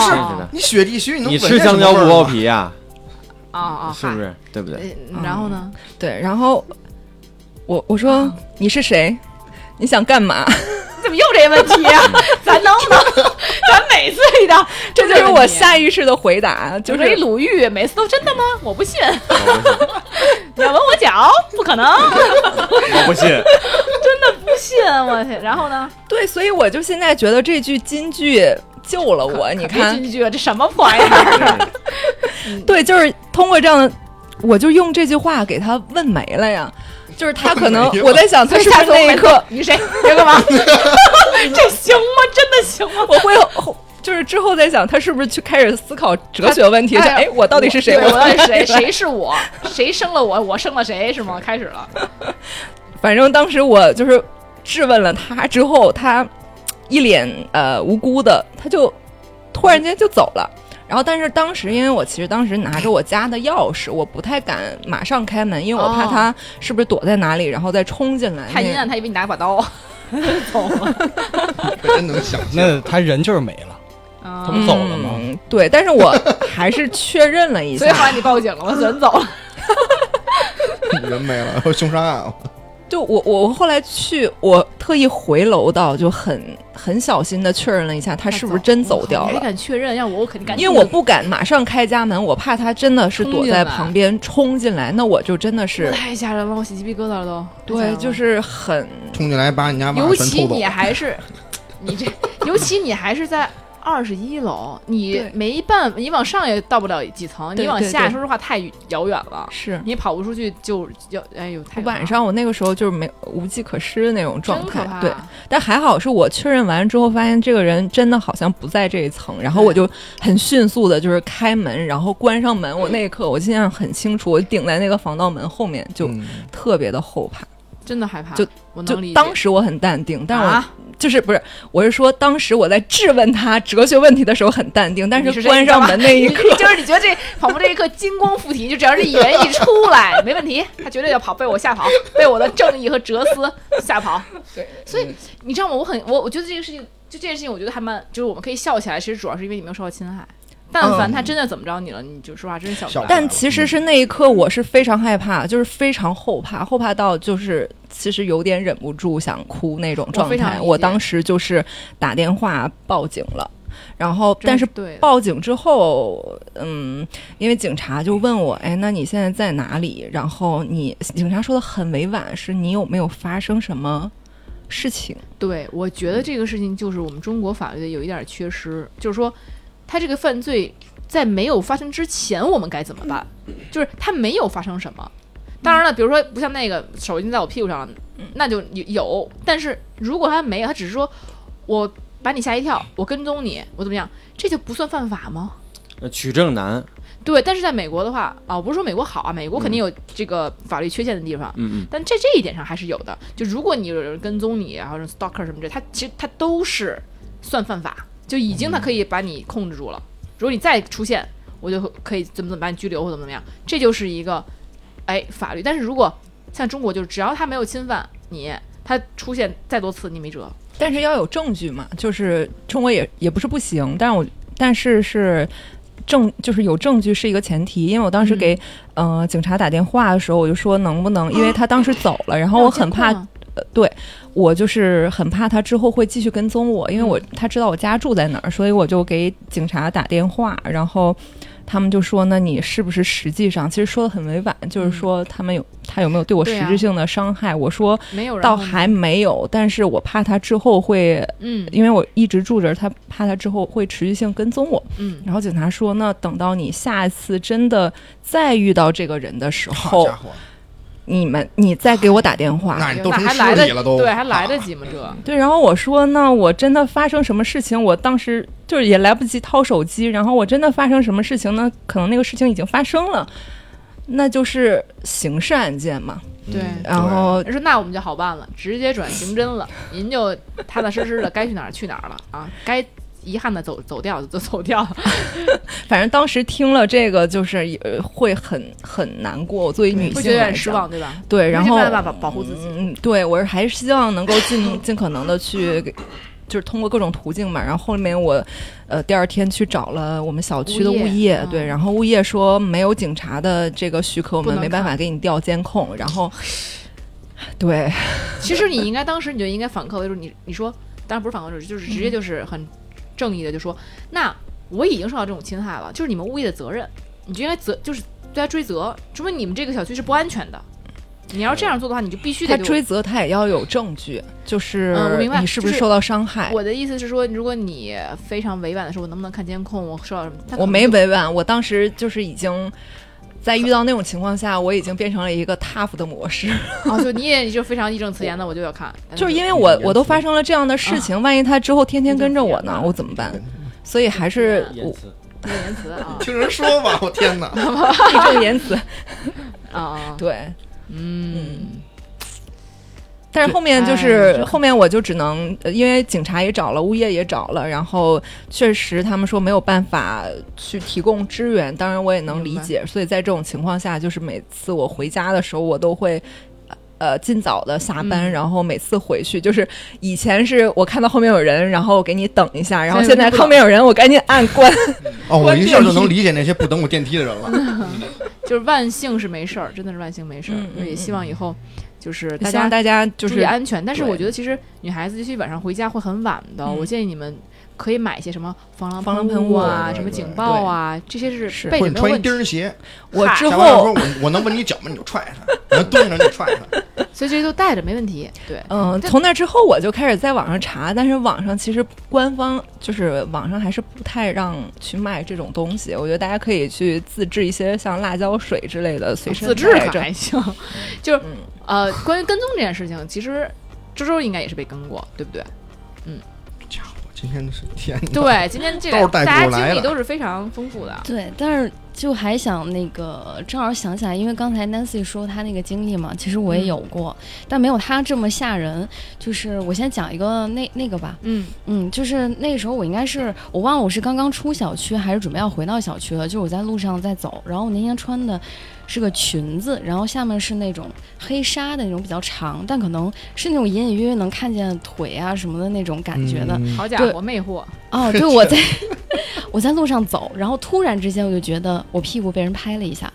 Speaker 2: 是
Speaker 5: 真的
Speaker 4: 你雪地靴，你能
Speaker 5: 你
Speaker 4: 闻
Speaker 5: 吃
Speaker 4: 见什
Speaker 5: 香
Speaker 4: 么
Speaker 5: 蕉
Speaker 4: 味
Speaker 5: 不
Speaker 4: 儿
Speaker 5: 剥
Speaker 4: 吗？
Speaker 5: 皮啊？
Speaker 2: 啊啊，
Speaker 5: 是不是？对不对？
Speaker 2: 嗨？呃然后呢？
Speaker 6: 对，然后我我说、你是谁？你想干嘛？
Speaker 2: 啊 *laughs* 怎么又这问题
Speaker 6: *laughs*
Speaker 2: 呀？咱能不能？ *laughs* 咱每次遇到，
Speaker 6: 这就
Speaker 2: 这
Speaker 6: 是
Speaker 2: 问
Speaker 6: 我
Speaker 2: 题啊
Speaker 6: 下意识的回答，就
Speaker 2: 就是是一鲁豫，每次都真的吗？哦我不信。 *laughs* 你要纹我脚？不可能，
Speaker 5: 我 *laughs* 不信，
Speaker 2: 不信我去。然后呢？
Speaker 6: 对，所以我就现在觉得这句金句救了我。你
Speaker 2: 可别
Speaker 6: 看，
Speaker 2: 进啊去，这什么破玩意儿？
Speaker 6: 对，就是通过这样的，我就用这句话给他问没了呀。就是他可能
Speaker 4: 问没了
Speaker 6: 我在想，他是不是那一刻
Speaker 2: 你是谁？你要干嘛？ *laughs* 这行吗？真的行吗？
Speaker 6: 我会就是之后在想，他是不是去开始思考哲学问题？
Speaker 2: 哎
Speaker 6: 就哎，我到底是谁？
Speaker 2: 对我到底是
Speaker 6: *laughs*
Speaker 2: 谁？
Speaker 6: 谁？
Speaker 2: 谁是我？谁生了我？我生了谁？是吗？开始
Speaker 6: 哎
Speaker 2: 了。
Speaker 6: 反正当时我就是质问了他之后，他一脸呃无辜的，他就突然间就走了。然后，但是当时因为我其实当时拿着我家的钥匙，我不太敢马上开门，因为我怕
Speaker 2: 哦
Speaker 6: 他是不是躲在哪里，然后再冲进来。
Speaker 2: 太阴啊暗，他以为你拿把刀。 *laughs* 走了。
Speaker 4: 真能想象。
Speaker 3: 那他人就是没了，他
Speaker 2: 嗯
Speaker 3: 不走了吗？
Speaker 6: 嗯，对，但是我还是确认了一
Speaker 2: 所以后
Speaker 6: 下，
Speaker 2: 来你报警了吗？人走了。
Speaker 4: 人没了，凶杀案了。
Speaker 6: 就我我我后来去，我特意回楼道，就很很小心的确认了一下，他是不是真走掉
Speaker 2: 还
Speaker 6: 了。
Speaker 2: 敢确认？要我，我肯定赶紧。
Speaker 6: 因为我不敢马上开家门，我怕他真的是躲在旁边冲进来，那我就真
Speaker 2: *laughs*
Speaker 6: 的是
Speaker 2: 太吓人了，我起鸡皮疙瘩了都。太吓人了
Speaker 6: 对，就是很
Speaker 4: 冲进来把你家娃
Speaker 2: 尤
Speaker 4: 娃全
Speaker 2: 其
Speaker 4: 偷走
Speaker 2: 你，还是你这，尤其你还是在二十一楼，你
Speaker 6: 对
Speaker 2: 没办法，你往上也到不了几层，
Speaker 6: 对
Speaker 2: 你往
Speaker 6: 对
Speaker 2: 下，
Speaker 6: 对
Speaker 2: 说实话太遥远了，
Speaker 6: 是。
Speaker 2: 你跑不出去就要，哎呦，太
Speaker 6: 晚
Speaker 2: 可
Speaker 6: 上我那个时候就是没无计可施的那种
Speaker 2: 怕了
Speaker 6: 状
Speaker 2: 真可
Speaker 6: 态，
Speaker 2: 怕，
Speaker 6: 对。但还好是我确认完之后，发现这个人真的好像不在这一层，然后我就很迅速的就是开门，然后关上门。我那一刻我印象很清楚，我顶在那个防盗门后面，就
Speaker 4: 嗯
Speaker 6: 特别的后怕。
Speaker 2: 真的害怕，
Speaker 6: 就
Speaker 2: 我
Speaker 6: 就
Speaker 2: 能理解。
Speaker 6: 当时我很淡定，但我、
Speaker 2: 啊，
Speaker 6: 就是不是，我是说当时我在质问他哲学问题的时候很淡定，但
Speaker 2: 你是这
Speaker 6: 关上门那一刻，
Speaker 2: 就是你觉得这跑步这一刻金光附体，就只要这一人一出来，没问
Speaker 6: *laughs*
Speaker 2: 题，他绝对要跑，被我吓跑，被我的正义和哲思吓跑。
Speaker 6: *laughs* 对，嗯
Speaker 2: 所以你知道吗？我很我我觉得这个事情，就这件事情，我觉得还蛮，就是我们可以笑起来，其实主要是因为你没有受到侵害。但凡他真的怎么着你了，你就说话真笑不
Speaker 4: 笑
Speaker 2: 来。
Speaker 4: 不来
Speaker 6: 嗯但其实是那一刻我是非常害怕，就是非常后怕，后怕到就是其实有点忍不住想哭那种状
Speaker 2: 我非常
Speaker 6: 态。
Speaker 2: 理解
Speaker 6: 我当时就是打电话报警了，然后
Speaker 2: 真
Speaker 6: 但是
Speaker 2: 对的，
Speaker 6: 报警之后，嗯，因为警察就问我，哎，那你现在在哪里？然后你警察说的很委婉，是你有没有发生什么事情？
Speaker 2: 对我觉得这个事情就是我们中国法律的有一点缺失，就是说他这个犯罪在没有发生之前，我们该怎么办？就是他没有发生什么。当然了，比如说不像那个手印在我屁股上，那就有有。但是如果他没有，他只是说我把你吓一跳，我跟踪你，我怎么样，这就不算犯法吗？
Speaker 5: 呃取证难，
Speaker 2: 对，但是在美国的话啊，我不是说美国好啊，美国肯定
Speaker 4: 嗯
Speaker 2: 有这个法律缺陷的地方，
Speaker 5: 嗯嗯，
Speaker 2: 但这这一点上还是有的。就如果你有人跟踪你，然啊后 stalker 什么之类，他其实他都是算犯法，就已经他
Speaker 4: 嗯
Speaker 2: 可以把你控制住了。如果你再出现，我就可以怎么怎么把你拘留或怎么怎么样，这就是一个哎法律。但是如果像中国，就是只要他没有侵犯你，他出现再多次你没辙。
Speaker 6: 但是要有证据嘛，就是中国也也不是不行，但是我但是是证就是有证据是一个前提，因为我当
Speaker 2: 嗯
Speaker 6: 时给、呃警察打电话的时候，我就说能不能，因为他当时走
Speaker 2: 啊
Speaker 6: 了，然后我很怕我就是很怕他之后会继续跟踪我，因为
Speaker 2: 嗯
Speaker 6: 我他知道我家住在哪儿，所以我就给警察打电话，然后他们就说：“那你是不是实际上其实说的很委婉，就是说他们有他有没有对我
Speaker 2: 嗯对
Speaker 6: 实
Speaker 2: 啊
Speaker 6: 质性的伤害？”我说
Speaker 2: 没有人
Speaker 6: 倒
Speaker 2: 后面
Speaker 6: 还没有，但是我怕他之后会，
Speaker 2: 嗯
Speaker 6: 因为我一直住着，他怕他之后会持续性跟踪我。
Speaker 2: 嗯，
Speaker 6: 然后警察说：“那等到你下一次真的再遇到这个人的时候
Speaker 4: 家，伙，
Speaker 6: 你们你再给我打电话。”
Speaker 4: 那哎你都
Speaker 2: 那
Speaker 4: 成
Speaker 2: 还
Speaker 4: 尸
Speaker 2: 来
Speaker 4: 体
Speaker 2: 得
Speaker 4: 了都，
Speaker 2: 对，还来得及吗？这。
Speaker 6: 对，然后我说，那我真的发生什么事情？我当时就是也来不及掏手机，然后我真的发生什么事情呢？可能那个事情已经发生了，那就是刑事案件嘛。
Speaker 4: 嗯
Speaker 2: 对
Speaker 6: 然后
Speaker 2: 他说：“那我们就好办了，直接转刑侦了，您就踏踏实实的该去哪儿去哪儿了啊，该遗憾的走走掉就走掉。
Speaker 6: 反正当时听了这个，就是也呃会很很难过。我作为女性
Speaker 2: 会觉得有
Speaker 6: 来
Speaker 2: 点失
Speaker 6: 讲
Speaker 2: 望，对吧？
Speaker 6: 对，然
Speaker 2: 没
Speaker 6: 后
Speaker 2: 办法保保护自己。
Speaker 6: 嗯，对我还是希望能够
Speaker 2: *laughs*
Speaker 6: 尽尽可能的去给。就是通过各种途径嘛，然后后面我，呃，第二天去找了我们小区的
Speaker 2: 物业
Speaker 6: 物业，
Speaker 2: 嗯
Speaker 6: 对，然后物业说没有警察的这个许可，我
Speaker 2: 不
Speaker 6: 们
Speaker 2: 能
Speaker 6: 没办法
Speaker 2: 看
Speaker 6: 给你调监控，
Speaker 2: *laughs*
Speaker 6: 然后，对，
Speaker 2: 其实你应该当时你就应该反客为主，你你说，当然不是反客为主，就是直
Speaker 6: 嗯
Speaker 2: 接就是很正义的就说，那我已经受到这种侵害了，就是你们物业的责任，你就应该责就是对他追责，说明你们这个小区是不安全的。你要这样做的话，你就必须得
Speaker 6: 他
Speaker 2: 给我
Speaker 6: 追责他也要有证据，就是
Speaker 2: 嗯我明白
Speaker 6: 你是不
Speaker 2: 就是是
Speaker 6: 受到伤害？
Speaker 2: 我的意思是说，如果你非常委婉的说，我能不能看监控，我受到什么？他可能
Speaker 6: 我没
Speaker 2: 就
Speaker 6: 委婉，我当时就是已经在遇到那种情况下，我已经变成了一个 tough 的模式，
Speaker 2: 啊，就你也就非常义正词严的，我就要看，
Speaker 6: *laughs*
Speaker 2: 嗯
Speaker 6: 就是因为
Speaker 3: 你
Speaker 6: 我
Speaker 3: 严
Speaker 6: 我都
Speaker 3: 肃
Speaker 6: 发生了这样的事情，万一他之后天天跟着我呢，我怎么办？所以还是
Speaker 5: 言
Speaker 6: 我
Speaker 5: 辞
Speaker 2: 义正言辞
Speaker 6: *laughs*
Speaker 2: 啊
Speaker 4: 听人说吧，我天哪！
Speaker 6: 义正言辞。
Speaker 2: 啊啊，
Speaker 6: 对，
Speaker 2: *laughs* 嗯，
Speaker 6: 但是后面就
Speaker 2: 哎
Speaker 6: 是
Speaker 2: 这
Speaker 6: 后面我就只能，呃因为警察也找了，物业也找了，然后确实他们说没有办法去提供支援，当然我也能理解。所以在这种情况下，就是每次我回家的时候，我都会。呃，尽早的下班，
Speaker 2: 嗯
Speaker 6: 然后每次回去就是以前是我看到后面有人，然后给你等一下，然后
Speaker 2: 现
Speaker 6: 现
Speaker 2: 在
Speaker 6: 在
Speaker 2: 不
Speaker 6: 后面有人，我赶紧按关。
Speaker 4: 哦，我
Speaker 6: 关
Speaker 4: 一下就
Speaker 6: 电梯
Speaker 4: 能理解那些不等我电梯的人了。
Speaker 2: 就是万幸是没事儿，真的是万幸没事儿
Speaker 6: 嗯，
Speaker 2: 所以
Speaker 6: 嗯
Speaker 2: 希望以后就是大
Speaker 6: 希望
Speaker 2: 家
Speaker 6: 大家就
Speaker 2: 注意
Speaker 6: 是
Speaker 2: 安全。但是
Speaker 6: 对
Speaker 2: 我觉得其实女孩子尤其晚上回家会很晚的，
Speaker 6: 嗯
Speaker 2: 我建议你们。可以买一些什么防狼
Speaker 6: 防狼
Speaker 2: 喷
Speaker 6: 喷雾
Speaker 2: 啊，
Speaker 4: 对
Speaker 2: 什么
Speaker 4: 对
Speaker 2: 警
Speaker 4: 对
Speaker 2: 报啊，这些
Speaker 6: 是
Speaker 2: 是备着
Speaker 4: 或者
Speaker 2: 没有
Speaker 4: 你穿一
Speaker 2: 问
Speaker 4: 钉
Speaker 2: 题。
Speaker 4: 儿鞋，
Speaker 6: 我
Speaker 2: 嗨
Speaker 6: 之
Speaker 4: 下班了说，
Speaker 6: 后
Speaker 4: 我我能闻你脚吗？你就踹他，我能蹲下你就踹他。
Speaker 2: 所以这些都带着没问题。对，
Speaker 6: 嗯，
Speaker 2: 对
Speaker 6: 从那之后我就开始在网上查，但是网上其实官方就是网上还是不太让去卖这种东西。我觉得大家可以去自制一些像辣椒水之类的随身
Speaker 2: 自制
Speaker 6: 带
Speaker 2: 可
Speaker 6: 着。
Speaker 2: 还行， *laughs* 就是
Speaker 6: 嗯
Speaker 2: 呃，关于跟踪这件事情，其实周周应该也是被跟过，对不对？
Speaker 4: 家伙，今天是天哪！
Speaker 2: *laughs* 对，今天这
Speaker 4: 都是
Speaker 2: 个
Speaker 4: *laughs* 带
Speaker 2: 大
Speaker 4: 不过
Speaker 2: 家
Speaker 4: 来
Speaker 2: 经历
Speaker 4: 的
Speaker 2: 都是非常丰富的。
Speaker 7: 对，但是就还想那个，正好想起来，因为刚才 Nancy 说她那个经历嘛，其实我也有过，但没有她这么吓人。就是我先讲一个那那个吧，
Speaker 2: 嗯，
Speaker 7: 嗯，就是那时候我应该是我忘了我是刚刚出小区还是准备要回到小区了，就是我在路上在走，然后我那天穿的是个裙子，然后下面是那种黑纱的那种比较长，但可能是那种隐隐约约能看见腿啊什么的那种感觉的。
Speaker 4: 嗯
Speaker 2: 好家
Speaker 7: 对
Speaker 2: 伙，魅惑，
Speaker 7: 哦，对，我在 *laughs* 我在路上走，然后突然之间我就觉得我屁股被人拍了一下，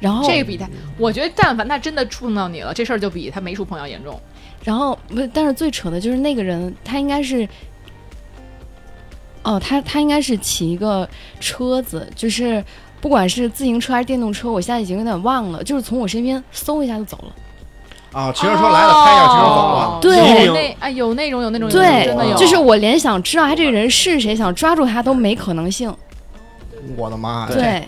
Speaker 7: 然后
Speaker 2: 这个比他，我觉得但凡他真的触碰到你了，这事儿就比他没触碰要严重。
Speaker 7: 然后不是，但是最扯的就是那个人，他应该是，哦，他他应该是骑一个车子，就是不管是自行车还是电动车，我现在已经有点忘了，就是从我身边嗖一下就走了。
Speaker 4: 啊，骑着车来了，拍一下，骑车走
Speaker 2: 哦
Speaker 4: 了。
Speaker 7: 哦对
Speaker 2: 有那哎有那种有那种有那种
Speaker 7: 对
Speaker 2: 真的有，，
Speaker 7: 就是我连想知道他这个人是谁，想抓住他都没可能性。
Speaker 4: 我的妈呀！
Speaker 7: 对。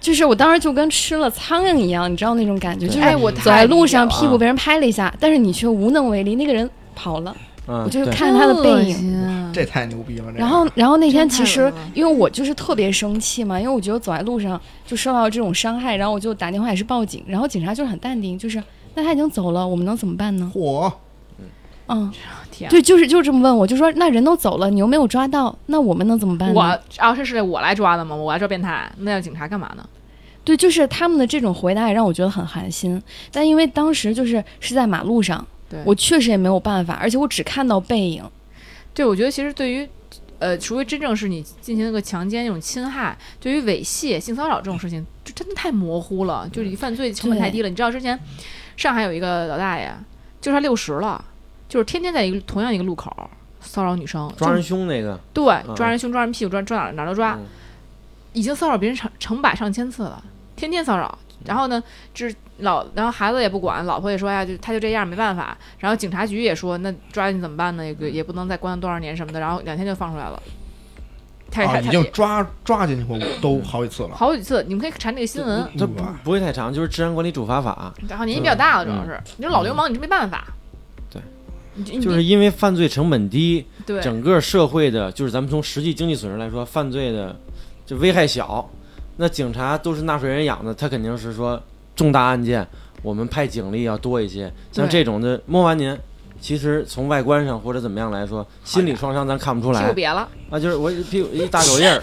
Speaker 7: 就是我当时就跟吃了苍蝇一样，你知道那种感觉，就是
Speaker 2: 哎我
Speaker 7: 走在路上
Speaker 2: 太理解
Speaker 7: 屁
Speaker 2: 了
Speaker 7: 股被人拍了一下，但是你却无能为力，那个人跑了，我
Speaker 5: 嗯，
Speaker 7: 就是
Speaker 5: 对
Speaker 7: 看着他的背影，
Speaker 2: 影，
Speaker 4: 这太牛逼了。这个
Speaker 7: 然后，然后那天
Speaker 2: 哦真
Speaker 7: 其
Speaker 2: 太
Speaker 7: 实
Speaker 2: 恶了
Speaker 7: 因为我就是特别生气嘛，因为我觉得走在路上就受到这种伤害，然后我就打电话也是报警，然后警察就是很淡定，就是那他已经走了，我们能怎么办呢？
Speaker 4: 嚯，
Speaker 7: 嗯，
Speaker 2: 哦天啊
Speaker 7: 对，就是就这么问我，就说那人都走了，你又没有抓到，那我们能怎么办呢？
Speaker 2: 我啊是是我来抓的吗？我来抓变态，那要警察干嘛呢？
Speaker 7: 对，就是他们的这种回答也让我觉得很寒心，但因为当时就是是在马路上
Speaker 2: 对，
Speaker 7: 我确实也没有办法，而且我只看到背影，
Speaker 2: 对，我觉得其实对于，呃，除非真正是你进行一个强奸那种侵害，对于猥亵、性骚扰这种事情，就真的太模糊了，就是你犯罪成本太低了。你知道之前上海有一个老大爷，就是他六十了，就是天天在一个同样一个路口骚扰女生，
Speaker 5: 抓
Speaker 2: 就
Speaker 5: 人凶那个，
Speaker 2: 对，抓人胸、抓人屁股、抓抓哪儿哪儿都抓，
Speaker 5: 嗯
Speaker 2: 已经骚扰别人成成百上千次了，天天骚扰。
Speaker 5: 嗯
Speaker 2: 然后呢，就是老，然后孩子也不管，老婆也说哎呀，就他就这样，没办法。然后警察局也说，那抓你怎么办呢？也也不能再关多少年什么的。然后两天就放出来了，他也
Speaker 4: 啊，
Speaker 2: 他
Speaker 4: 已经抓抓进去过，都好几次了。
Speaker 2: 好几次，你们可以查那个新闻。
Speaker 5: 这
Speaker 4: 嗯
Speaker 5: 不
Speaker 4: 吧
Speaker 5: 不会太长，就是《治安管理处罚法
Speaker 2: 然后年纪比较大了，主要是你这老流氓，你是没办法。
Speaker 5: 嗯对
Speaker 2: 你，你》，
Speaker 5: 就是因为犯罪成本低，
Speaker 2: 嗯对
Speaker 5: 整个社会的，就是咱们从实际经济损失来说，犯罪的就危害小。那警察都是纳税人养的，他肯定是说重大案件，我们派警力要多一些。像
Speaker 2: 对
Speaker 5: 这种的，摸完您，其实从外观上或者怎么样来说，心理创伤咱看不出
Speaker 2: 屁股
Speaker 5: 来
Speaker 2: 瘪了，
Speaker 5: 啊，就是我屁股一大手
Speaker 2: *laughs*
Speaker 5: 印儿，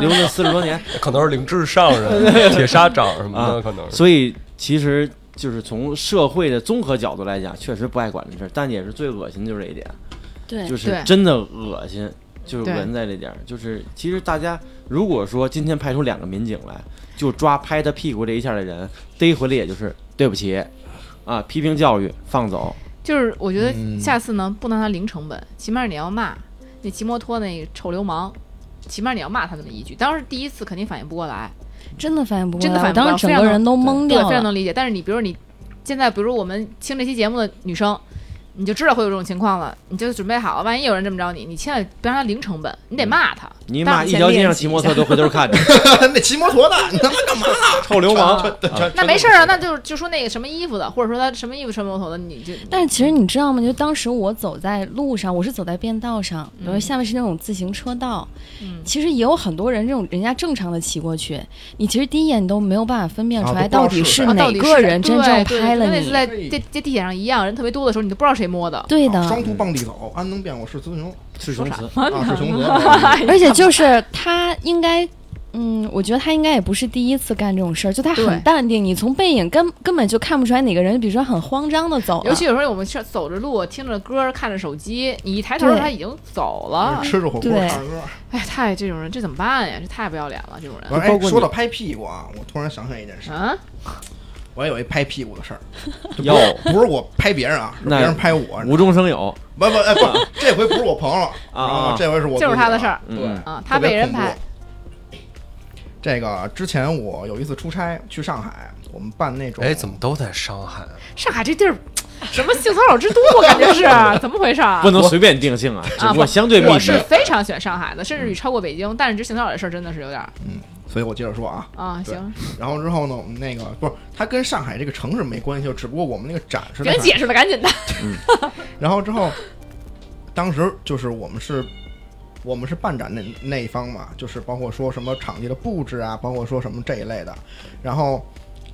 Speaker 5: 留了四十多年。
Speaker 8: *laughs* 可能是灵智上人、铁砂掌什么
Speaker 5: 啊
Speaker 8: 的，可能是。
Speaker 5: 所以其实就是从社会的综合角度来讲，确实不爱管这事儿，但也是最恶心就是这一点，
Speaker 7: 对
Speaker 5: 就是
Speaker 2: 对
Speaker 5: 真的恶心，就是
Speaker 2: 对
Speaker 5: 闻在这点儿。就是其实大家如果说今天派出两个民警来，就抓拍他屁股这一下的人，逮回来也就是对不起。啊，批评教育放走，
Speaker 2: 就是我觉得下次呢，不能让他零成本，起码你要骂那骑摩托那臭流氓，起码你要骂他这么一句。当时第一次肯定反应不过来，
Speaker 7: 真的反应不过
Speaker 2: 真的反
Speaker 7: 来，我
Speaker 2: 应不过
Speaker 7: 当
Speaker 2: 来
Speaker 7: 时
Speaker 2: 非
Speaker 7: 整
Speaker 2: 常
Speaker 7: 个
Speaker 2: 能
Speaker 7: 人都懵
Speaker 2: 对，
Speaker 7: 掉
Speaker 2: 非常
Speaker 7: 了。
Speaker 2: 能理解。但是你比如你现在，比如我们听这期节目的女生，你就知道会有这种情况了，你就准备好，万一有人这么着你，你千万别让他零成本，你得骂他。
Speaker 5: 你
Speaker 2: 但
Speaker 5: 妈
Speaker 2: 是
Speaker 5: 一
Speaker 2: 先
Speaker 5: 条街上
Speaker 2: 练习
Speaker 5: 骑
Speaker 2: 一
Speaker 5: 摩
Speaker 2: 下
Speaker 5: 托都回头看着，
Speaker 4: 那骑摩托的，你他妈干嘛？
Speaker 5: 臭流氓，啊
Speaker 2: 那没事儿啊，那就就说那个什么衣服的，或者说他什么衣服穿摩托的，你就
Speaker 7: 但是其实你知道吗？就当时我走在路上，我是走在便道上，然后下面是那种自行车道，
Speaker 2: 嗯
Speaker 7: 其实也有很多人这种人家正常的骑过去，你其实第一眼都没有办法分辨出
Speaker 4: 啊
Speaker 7: 来
Speaker 4: 都
Speaker 7: 到
Speaker 4: 不知
Speaker 7: 底
Speaker 4: 道是
Speaker 7: 是
Speaker 2: 啊
Speaker 7: 哪
Speaker 2: 到底
Speaker 7: 个
Speaker 2: 是
Speaker 7: 人真
Speaker 2: 对
Speaker 7: 正
Speaker 2: 对
Speaker 7: 拍了
Speaker 2: 跟那次在地
Speaker 7: 你。
Speaker 2: 地地铁上一样，人特别多的时候，你都不知道谁摸的。
Speaker 7: 对
Speaker 4: 啊
Speaker 7: 的，
Speaker 4: 双兔傍地走，安能辨我是雌雄？
Speaker 5: 是雄雌，
Speaker 4: 啊，是雄
Speaker 2: 哎 *laughs*
Speaker 4: 泽。
Speaker 7: *laughs*
Speaker 2: 呀
Speaker 7: 而且就是他应该。嗯，我觉得他应该也不是第一次干这种事儿，就他
Speaker 2: 对
Speaker 7: 很淡定，你从背影根根本就看不出来哪个人，比如说很慌张的走了
Speaker 2: 尤其，有时候我们是走着路，听着歌，看着手机，你一抬头
Speaker 7: 对
Speaker 2: 他已经走了。
Speaker 4: 嗯吃着火锅
Speaker 7: 对
Speaker 4: 唱歌，
Speaker 2: 哎，太这种人这怎么办呀？这太不要脸了，这种人。
Speaker 4: 我
Speaker 5: 包
Speaker 4: 哎，
Speaker 5: 括你
Speaker 4: 说到拍屁股啊，我突然想起来一件事，
Speaker 2: 啊，
Speaker 4: 我有一拍屁股
Speaker 5: *laughs*
Speaker 4: 的事儿，
Speaker 5: 哟，
Speaker 4: 不是我拍别人啊，是
Speaker 5: 那
Speaker 4: 别人拍我，
Speaker 5: 无中生有，
Speaker 4: 不不哎不，这回不是我朋友了，
Speaker 5: 啊
Speaker 4: 然后这回是我
Speaker 2: 就是他的
Speaker 4: 自己
Speaker 2: 事
Speaker 4: 了
Speaker 2: 儿
Speaker 5: 嗯
Speaker 4: 对
Speaker 2: 啊，他被人拍。。
Speaker 4: 这个之前我有一次出差去上海，我们办那种
Speaker 8: 哎，怎么都在伤害？
Speaker 2: 上海这地儿，什么性骚扰之都，
Speaker 4: *laughs*
Speaker 2: 我感觉是怎么回事啊？
Speaker 5: 不能随便定性啊，只
Speaker 2: 啊不
Speaker 5: 不过相对密
Speaker 2: 我
Speaker 5: 集
Speaker 2: 是。非常喜欢上海的，甚至于超过北京，但是这性骚扰的事儿真的是有点儿
Speaker 4: 所以我接着说啊，
Speaker 2: 啊，
Speaker 4: 对
Speaker 2: 行，
Speaker 4: 然后之后呢，我们那个不是它跟上海这个城市没关系，只不过我们那个展是啊
Speaker 2: 别
Speaker 4: 在上海
Speaker 2: 解释了，赶紧的。
Speaker 4: 然后之后，当时就是我们是我们是办展那那一方嘛，就是包括说什么场地的布置啊，包括说什么这一类的。然后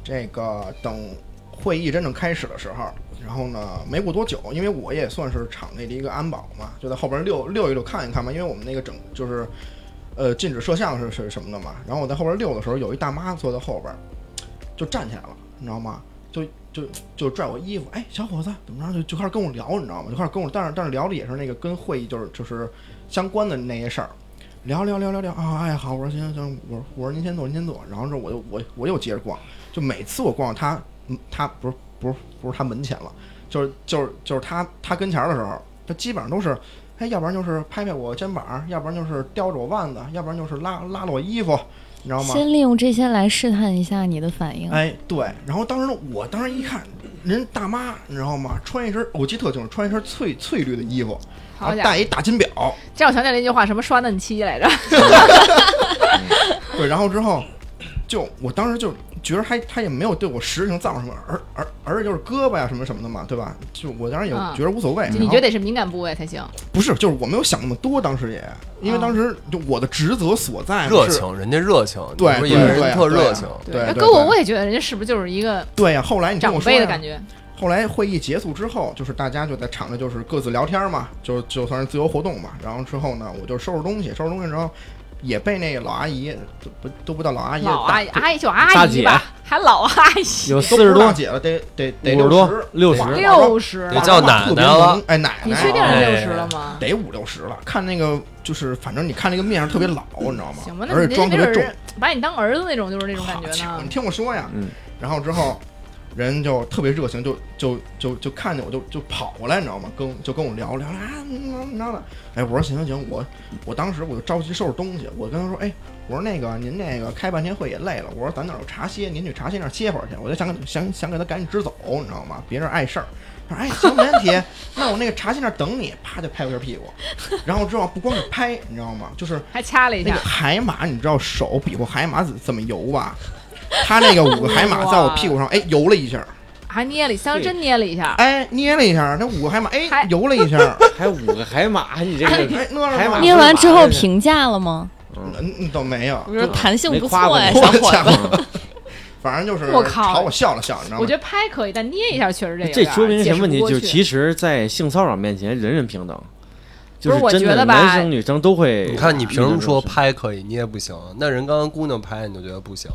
Speaker 4: 这个等会议真正开始的时候，然后呢，没过多久，因为我也算是场内的一个安保嘛，就在后边溜溜一溜看一看嘛，因为我们那个整就是呃禁止摄像是是什么的嘛。然后我在后边溜的时候，有一大妈坐在后边，就站起来了，你知道吗？就就就拽我衣服，哎，小伙子，怎么着？就就开始跟我聊，你知道吗？就开始跟我，但是但是聊的也是那个跟会议就是就是相关的那些事儿，聊聊聊聊聊啊，哎好，我说行行行，我说我说您先坐您先坐，然后之后我就我我又接着逛，就每次我逛到他嗯他不是不是不是他门前了，就是就是就是他他跟前儿的时候，他基本上都是。哎，要不然就是拍拍我肩膀，要不然就是叼着我腕子，要不然就是拉拉着我衣服，你知道吗？
Speaker 9: 先利用这些来试探一下你的反应。
Speaker 4: 哎，对，然后当时我当时一看，人大妈，你知道吗？穿一身，我记得特清楚，穿一身翠翠绿的衣服，
Speaker 2: 好
Speaker 4: 然后
Speaker 2: 家伙，
Speaker 4: 戴一大金表，
Speaker 2: 这让我想起来一句话，什么刷嫩期来着？
Speaker 4: 对，然后之后就我当时就觉得他他也没有对我实情造成什么，而而而且就是胳膊呀、什么什么的嘛，对吧？就我当时也
Speaker 2: 啊
Speaker 4: 觉得无所谓。
Speaker 2: 就
Speaker 4: 然
Speaker 2: 你
Speaker 4: 后
Speaker 2: 觉得得是敏感部位才行。
Speaker 4: 不是？就是我没有想那么多，当时也因为
Speaker 2: 啊
Speaker 4: 当时就我的职责所在嘛
Speaker 8: 热
Speaker 4: 是，
Speaker 8: 情，人家热情，
Speaker 4: 对
Speaker 8: 你不是
Speaker 4: 对
Speaker 8: 以为人
Speaker 4: 对
Speaker 8: 特
Speaker 4: 对
Speaker 8: 热情，
Speaker 4: 对
Speaker 2: 那
Speaker 4: 对
Speaker 2: 哎搁我
Speaker 4: 对
Speaker 2: 我也觉得人家是不是就是一个
Speaker 4: 对呀、后来你听
Speaker 2: 长
Speaker 4: 我说
Speaker 2: 辈的
Speaker 4: 呀，
Speaker 2: 感觉？
Speaker 4: 后来会议结束之后，就是大家就在场上就是各自聊天嘛，就就算是自由活动嘛。然后之后呢，我就收拾东西，收拾东西之后也被那个老阿姨都不都不叫老阿姨，
Speaker 2: 老阿姨，
Speaker 4: 大
Speaker 2: 阿姨就阿
Speaker 5: 大
Speaker 2: 姨
Speaker 5: 姐
Speaker 2: 吧，还老阿
Speaker 5: *laughs*
Speaker 2: 姨，
Speaker 5: 有
Speaker 4: 都
Speaker 5: 四
Speaker 4: 不
Speaker 5: 十
Speaker 4: 是
Speaker 5: 多
Speaker 4: 大姐了，得得得
Speaker 5: 50多
Speaker 4: 六
Speaker 5: 60
Speaker 2: 六十
Speaker 8: 也，叫奶奶了，
Speaker 4: 哎奶
Speaker 2: 你
Speaker 4: 奶
Speaker 2: 确定
Speaker 4: 啊
Speaker 2: 是
Speaker 8: 哎
Speaker 2: 六十了吗？
Speaker 4: 得五六十了，看那个就是反正你看那个面上特别老，你知道吗
Speaker 2: 行吧，？那
Speaker 4: 而
Speaker 2: 你这
Speaker 4: 且妆
Speaker 2: 没
Speaker 4: 特
Speaker 2: 准儿
Speaker 4: 别重，
Speaker 2: 人把你当儿子那种，就是那种感觉
Speaker 4: 好家伙你
Speaker 2: 呢。
Speaker 4: 听我说呀，
Speaker 5: 嗯
Speaker 4: 然后之后人就特别热情，就就就就看见我就就跑过来，你知道吗？跟就跟我聊聊啊，怎么着的？哎，我说行行行，我我当时我就着急收拾东西，我跟他说，哎，我说那个您那个开半天会也累了，我说咱那儿有茶歇，您去茶歇那儿歇会儿去，我就想给想想给他赶紧支走，你知道吗？别人碍事儿。他说：“哎，行，没问题。那我那个茶歇那儿等你，啪就拍我一下屁股，然后之后不光是拍，你知道吗？就是
Speaker 2: 还掐了一
Speaker 4: 那
Speaker 5: 哎
Speaker 2: 下
Speaker 4: 个，海马，你知道手比划海马怎怎么游吧？他那个五个海马在我屁股上，哎，游了一下，
Speaker 2: 还捏了一下，当时真捏了一下。
Speaker 4: 哎，捏了一下，那五个海马，
Speaker 2: 还
Speaker 4: 哎，游了一下，
Speaker 5: 还五个海马，你这
Speaker 4: 哎
Speaker 5: 个，
Speaker 4: 那
Speaker 5: 海马
Speaker 9: 捏完之后评价了吗？
Speaker 4: 嗯嗯倒没有，
Speaker 7: 我说弹性不
Speaker 5: 没夸
Speaker 7: 错
Speaker 5: 过
Speaker 7: 哎，
Speaker 5: 你
Speaker 7: 小伙
Speaker 4: 我家
Speaker 7: 子。
Speaker 4: 伙，反正就是
Speaker 2: 我靠
Speaker 4: 朝我笑了笑，你知道
Speaker 2: 我
Speaker 4: 吗
Speaker 2: 觉？得拍可以，但捏一下确实这有
Speaker 5: 这
Speaker 2: 点儿
Speaker 5: 说明什
Speaker 2: 解
Speaker 5: 么
Speaker 2: 释不
Speaker 5: 问题？
Speaker 2: 过
Speaker 5: 就是
Speaker 2: 去
Speaker 5: 其实，在性骚扰面前，人人平等，就
Speaker 2: 不是我
Speaker 5: 真
Speaker 2: 觉
Speaker 5: 的
Speaker 2: 得吧
Speaker 5: 男生女生都会。
Speaker 8: 你看，你凭什
Speaker 5: 嗯
Speaker 8: 么说拍可以，你也不行？那人刚刚姑娘拍你就觉得不行，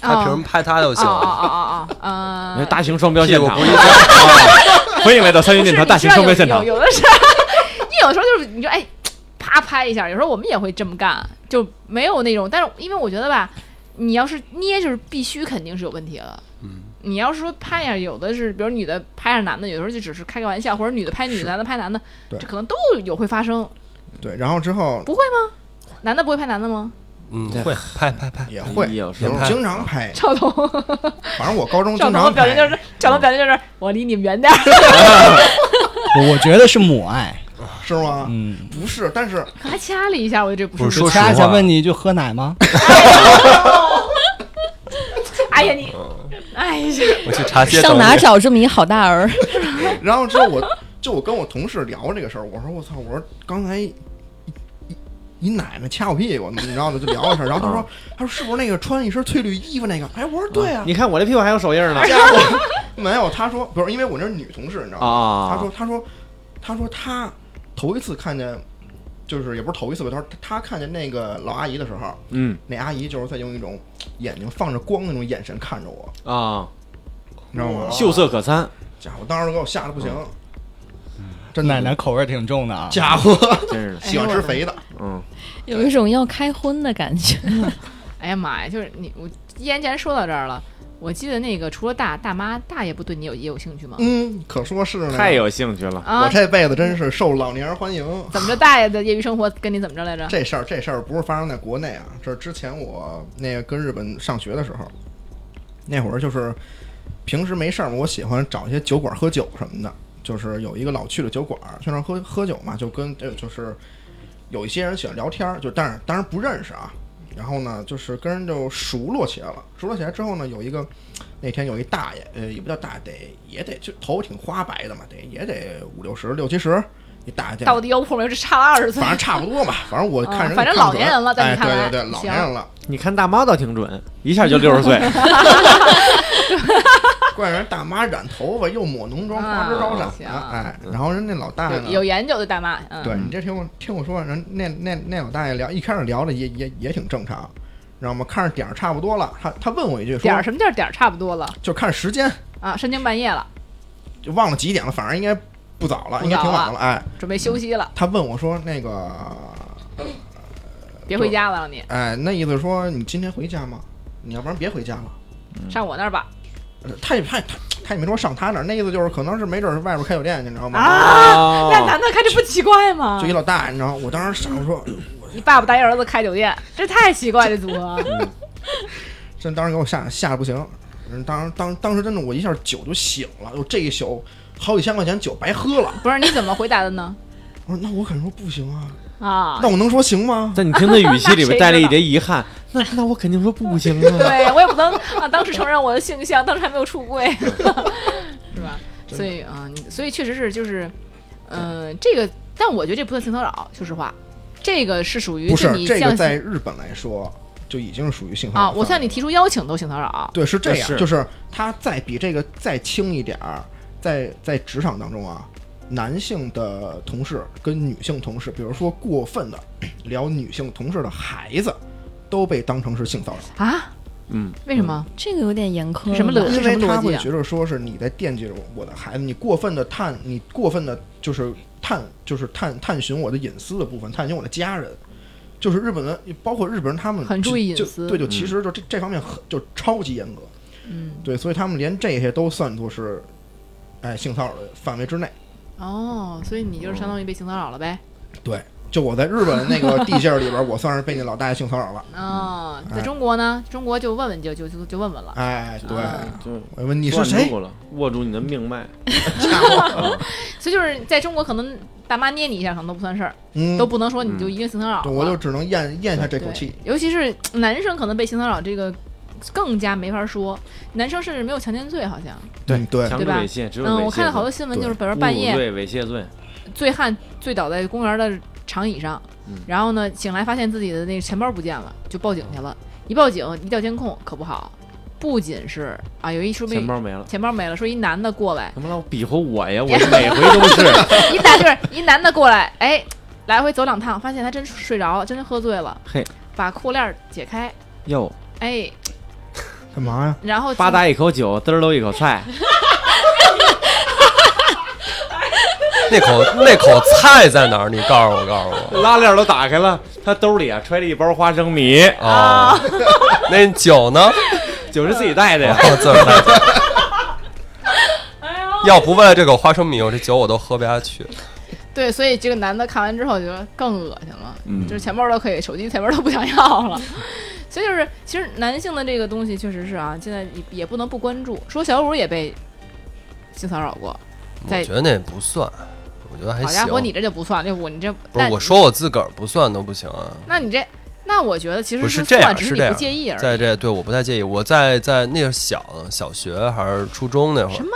Speaker 8: 他凭什么拍他就
Speaker 2: 哦
Speaker 8: 行？
Speaker 2: 哦哦哦
Speaker 5: *laughs*
Speaker 2: 哦，
Speaker 5: 那
Speaker 2: 嗯，
Speaker 5: 大型双标
Speaker 8: 屁
Speaker 5: 现
Speaker 8: 股
Speaker 5: 场
Speaker 8: 不？一张，
Speaker 5: 哦
Speaker 8: 啊
Speaker 5: 欢迎来到三
Speaker 2: 不
Speaker 5: 元
Speaker 2: 是
Speaker 5: 电台
Speaker 2: 你
Speaker 5: 大
Speaker 2: 知
Speaker 5: 型
Speaker 2: 道有
Speaker 5: 双标现场。
Speaker 2: 有有的是，你有时候就是你说哎，啪拍一下，有时候我们也会这么干，就没有那种。但是因为我觉得吧，你要是捏就是必须肯定是有问题了。
Speaker 8: 嗯，
Speaker 2: 你要是说拍一下，有的是比如女的拍下男的，有时候就只是开个玩笑，或者女的拍女的，男的拍男的，
Speaker 4: 对
Speaker 2: 这可能都有会发生，
Speaker 4: 对，然后之后
Speaker 2: 不会吗？男的不会拍男的吗？
Speaker 8: 嗯，会拍拍拍，
Speaker 4: 也会，
Speaker 5: 哎
Speaker 4: 有
Speaker 5: 呦
Speaker 4: 时候经常拍，
Speaker 2: 赵彤，
Speaker 4: 反正我高中
Speaker 2: 赵彤
Speaker 4: 经
Speaker 2: 的
Speaker 4: 常
Speaker 2: 表情
Speaker 4: 拍嗯
Speaker 2: 就，是，赵彤表情就是我离你们远点儿。 *laughs*
Speaker 3: 我我觉得是母爱，
Speaker 4: 是吗？
Speaker 3: 嗯，
Speaker 4: 不是，但是
Speaker 2: 还掐了一下，我觉得这不是
Speaker 8: 不是说
Speaker 2: 母
Speaker 8: 实
Speaker 2: 爱
Speaker 3: 大家
Speaker 8: 话
Speaker 3: 想问你一句，喝奶吗？
Speaker 2: 哎呀你，
Speaker 4: 嗯
Speaker 2: 哎呀，
Speaker 8: 我去 *laughs* 茶歇等
Speaker 9: 上哪
Speaker 8: 你。
Speaker 9: 找这么一好大儿？ *laughs*
Speaker 4: 然后之后我就我跟我同事聊这个事儿，我说我操，我说刚才一一一奶奶掐我屁股，你知道的，就聊一下。然后他说，
Speaker 5: 嗯
Speaker 4: 他说是不是那个穿一身翠绿衣服那个？哎，我说对啊
Speaker 5: 你，看我这屁股还有手印呢
Speaker 4: 家伙 *laughs* 没有。他说不是，因为我那是女同事，你知道吗？
Speaker 5: 啊！
Speaker 4: 他说他说他说他头一次看见，就是也不是头一次吧，他说他看见那个老阿姨的时候，
Speaker 5: 嗯
Speaker 4: 那阿姨就是在用一种眼睛放着光那种眼神看着我，
Speaker 5: 啊，
Speaker 4: 你知道吗？
Speaker 5: 秀色可餐，
Speaker 4: 家伙，当时给我吓得不行，
Speaker 5: 嗯
Speaker 3: 这奶奶口味挺重的啊。
Speaker 4: 家伙
Speaker 5: 真是的，
Speaker 4: *laughs* 喜欢吃肥哎的。
Speaker 5: 嗯，
Speaker 9: 有一种要开荤的感觉。
Speaker 2: 哎呀妈呀，就是你我一言既然说到这儿了，我记得那个除了大大妈大爷不对你有也有兴趣吗？
Speaker 4: 嗯，可说是呢。
Speaker 5: 太有兴趣了。
Speaker 4: 我
Speaker 2: 啊，
Speaker 4: 这辈子真是受老年人欢迎。
Speaker 2: 怎么着大爷的业余生活跟你怎么着来着？
Speaker 4: 这事儿，这事儿不是发生在国内啊，这是之前我那个跟日本上学的时候，那会儿就是平时没事儿嘛，我喜欢找一些酒馆喝酒什么的，就是有一个老去的酒馆，去那儿喝喝酒嘛，就跟呃就是有一些人喜欢聊天儿，就但是当然不认识啊，然后呢，就是跟人就熟络起来了，熟络起来之后呢，有一个那天有一大爷，呃，也不叫大爷，得也得就头发挺花白的嘛，得也得五六十、六七十，你打去，
Speaker 2: 到底有谱没有？这差了二十岁
Speaker 4: 反，正差不多吧，反正我看人
Speaker 2: 啊
Speaker 4: 看不
Speaker 2: 反
Speaker 4: 准，
Speaker 2: 正老年人了在你
Speaker 4: 哎，
Speaker 2: 看来
Speaker 4: 对对对，老
Speaker 2: 行 *laughs*
Speaker 4: 年人了，
Speaker 10: 你看大妈倒挺准，
Speaker 5: 一下就六
Speaker 4: *laughs*
Speaker 5: 十岁，
Speaker 4: 怪人大妈染头发又抹浓妆，花枝招展的，
Speaker 2: 啊
Speaker 4: 哎，然后人那老大爷
Speaker 2: 有
Speaker 4: 呢，
Speaker 2: 有研究的大妈，嗯，
Speaker 4: 对你这听我听我说，人那那那老大爷聊，一开始聊的也也也挺正常，知道吗？看着点儿差不多了，他他问我一句
Speaker 2: 点
Speaker 4: 说
Speaker 2: 儿，什么叫点儿差不多了
Speaker 4: 就看时间，
Speaker 2: 啊，深更半夜了，
Speaker 4: 就忘了几点了，反正应该不早了，
Speaker 2: 不
Speaker 4: 应该挺
Speaker 2: 早
Speaker 4: 晚
Speaker 2: 了
Speaker 4: 了，哎，
Speaker 2: 准备休息了，
Speaker 4: 他问我说那个，嗯
Speaker 2: 别回家了，你
Speaker 4: 哎，那意思说你今天回家吗？你要不然别回家了。
Speaker 2: 上我那儿吧。
Speaker 4: 呃他也他也他他也没说上他那儿，那意思就是可能是没准是外边开酒店，你知道吗？
Speaker 2: 啊，那男的开这不奇怪吗
Speaker 4: 哦就？一老大爷，你知道吗，我当时想着说，
Speaker 2: 你爸爸带一儿子开酒店，这太奇怪了，组
Speaker 4: *laughs*
Speaker 2: 合。
Speaker 4: 真当时给我吓吓得不行。嗯当时当当时真的我一下酒就醒了，我这一宿好几千块钱酒白喝了。
Speaker 2: 不是你怎么回答的呢？
Speaker 4: 我说那我肯定说不行啊，
Speaker 2: 啊
Speaker 4: 那，我能说行吗？
Speaker 5: 在你听的语气里边带了一
Speaker 2: 那谁知道
Speaker 5: 点遗憾。那那我肯定说不行
Speaker 2: *laughs*
Speaker 5: 啊，
Speaker 2: 对我也不能啊，当时承认我的性向，当时还没有出柜， *laughs* 是吧？所以啊、你所以确实是就是，呃，这个，但我觉得这不算性骚扰，说实话，这个是属于
Speaker 4: 不是
Speaker 2: 你
Speaker 4: 这
Speaker 2: 向
Speaker 4: 个在日本来说就已经属于性骚扰
Speaker 2: 啊，我
Speaker 4: 范
Speaker 2: 向
Speaker 4: 围
Speaker 2: 你
Speaker 4: 了
Speaker 2: 提出邀请都性骚扰，
Speaker 4: 对是这
Speaker 5: 是
Speaker 4: 样，就是他再比这个再轻一点儿，在在职场当中啊，男性的同事跟女性同事，比如说过分的 *clears throat* 聊女性同事的孩子，都被当成是性骚扰。
Speaker 2: 啊，
Speaker 5: 嗯，
Speaker 2: 为什么？
Speaker 9: 这个有点严苛了吧，
Speaker 2: 什么乐
Speaker 4: 因为
Speaker 2: 什么逻辑
Speaker 4: 他
Speaker 2: 啊
Speaker 4: 会觉得说是你在惦记着我的孩子，你过分的探，你过分的就是探，就是探探寻我的隐私的部分，探寻我的家人，就是日本人，包括日本人他们
Speaker 2: 很注意
Speaker 4: 就
Speaker 2: 隐私
Speaker 4: 就对，就其实就这、这方面很就超级严格，
Speaker 2: 嗯，
Speaker 4: 对，所以他们连这些都算作是，哎，性骚扰的范围之内。
Speaker 2: 哦，所以你就是相当于被性骚扰了呗？
Speaker 4: 对，就我在日本那个地界儿里边儿，我算是被那老大爷性
Speaker 2: *laughs*
Speaker 4: 骚扰了。
Speaker 2: 啊、在
Speaker 4: 哎
Speaker 2: 中国呢，中国就问问就就就就问问了。
Speaker 4: 哎，对，
Speaker 2: 啊
Speaker 5: 嗯就
Speaker 4: 我问你是谁？
Speaker 5: 了，握住你的命脉，
Speaker 2: 所以就是在中国，可能大妈捏你一下可能都不算事儿，
Speaker 4: 嗯，
Speaker 2: 都不能说你就一定性骚扰了、
Speaker 4: 对我就只能咽咽下这口气。
Speaker 2: 对尤其是男生可能被性骚扰这个更加没法说，男生甚至没有强奸罪，好像。
Speaker 4: 对嗯对，
Speaker 5: 强制猥亵，只有猥亵
Speaker 2: 嗯，
Speaker 5: 罪。
Speaker 2: 我看了好多新闻，
Speaker 4: 对
Speaker 2: 就是比如说
Speaker 5: 侮辱
Speaker 2: 半夜
Speaker 5: 罪、猥亵罪，
Speaker 2: 醉汉醉倒在公园的长椅上，
Speaker 5: 嗯
Speaker 2: 然后呢醒来发现自己的那个钱包不见了，就报警去了。一报警，一调监控可不好，不仅是啊，有一说
Speaker 5: 钱
Speaker 2: 明
Speaker 5: 包没了。
Speaker 2: 钱包没了，说一男的过来， *laughs*
Speaker 5: 他妈老比划我 *laughs* 呀！我每回都是，
Speaker 2: 一男就是一男的过来，哎，来回走两趟，发现他真睡着了，真喝醉了，
Speaker 5: 嘿，
Speaker 2: 把裤链解开，
Speaker 5: *laughs* 哟，
Speaker 2: 哎，
Speaker 4: 干嘛呀？
Speaker 2: 然后
Speaker 5: 吧嗒一口酒，嘚儿喽一口菜，
Speaker 8: 那口那口菜在哪儿？你告诉我，告诉我。
Speaker 5: 拉链都打开了，他兜里啊揣了一包花生米，
Speaker 8: 哦，那酒呢？
Speaker 5: 酒是自己带的呀。
Speaker 8: 哦，自个儿带。要不为了这口花生米，我这酒我都喝不下去。
Speaker 2: 对，所以这个男的看完之后就更恶心了，
Speaker 5: 嗯
Speaker 2: 就是钱包都可以，手机钱包都不想要了。 *laughs* 所以就是，其实男性的这个东西确实是啊，现在也也不能不关注。说小五也被性骚扰过，在
Speaker 8: 我觉得那不算，我觉得还
Speaker 2: 好家
Speaker 8: 行。
Speaker 2: 伙，你这就不算，六五你这
Speaker 8: 不是我，说我自个儿不算都不行啊。
Speaker 2: 那你那你这，那我觉得其实
Speaker 8: 不是这
Speaker 2: 算，
Speaker 8: 样，
Speaker 2: 只
Speaker 8: 是
Speaker 2: 你
Speaker 8: 这
Speaker 2: 不
Speaker 8: 样
Speaker 2: 介意而。已。
Speaker 8: 在这对我不太介意，我在在那个小小学还是初中那会儿。
Speaker 2: 什
Speaker 8: 么？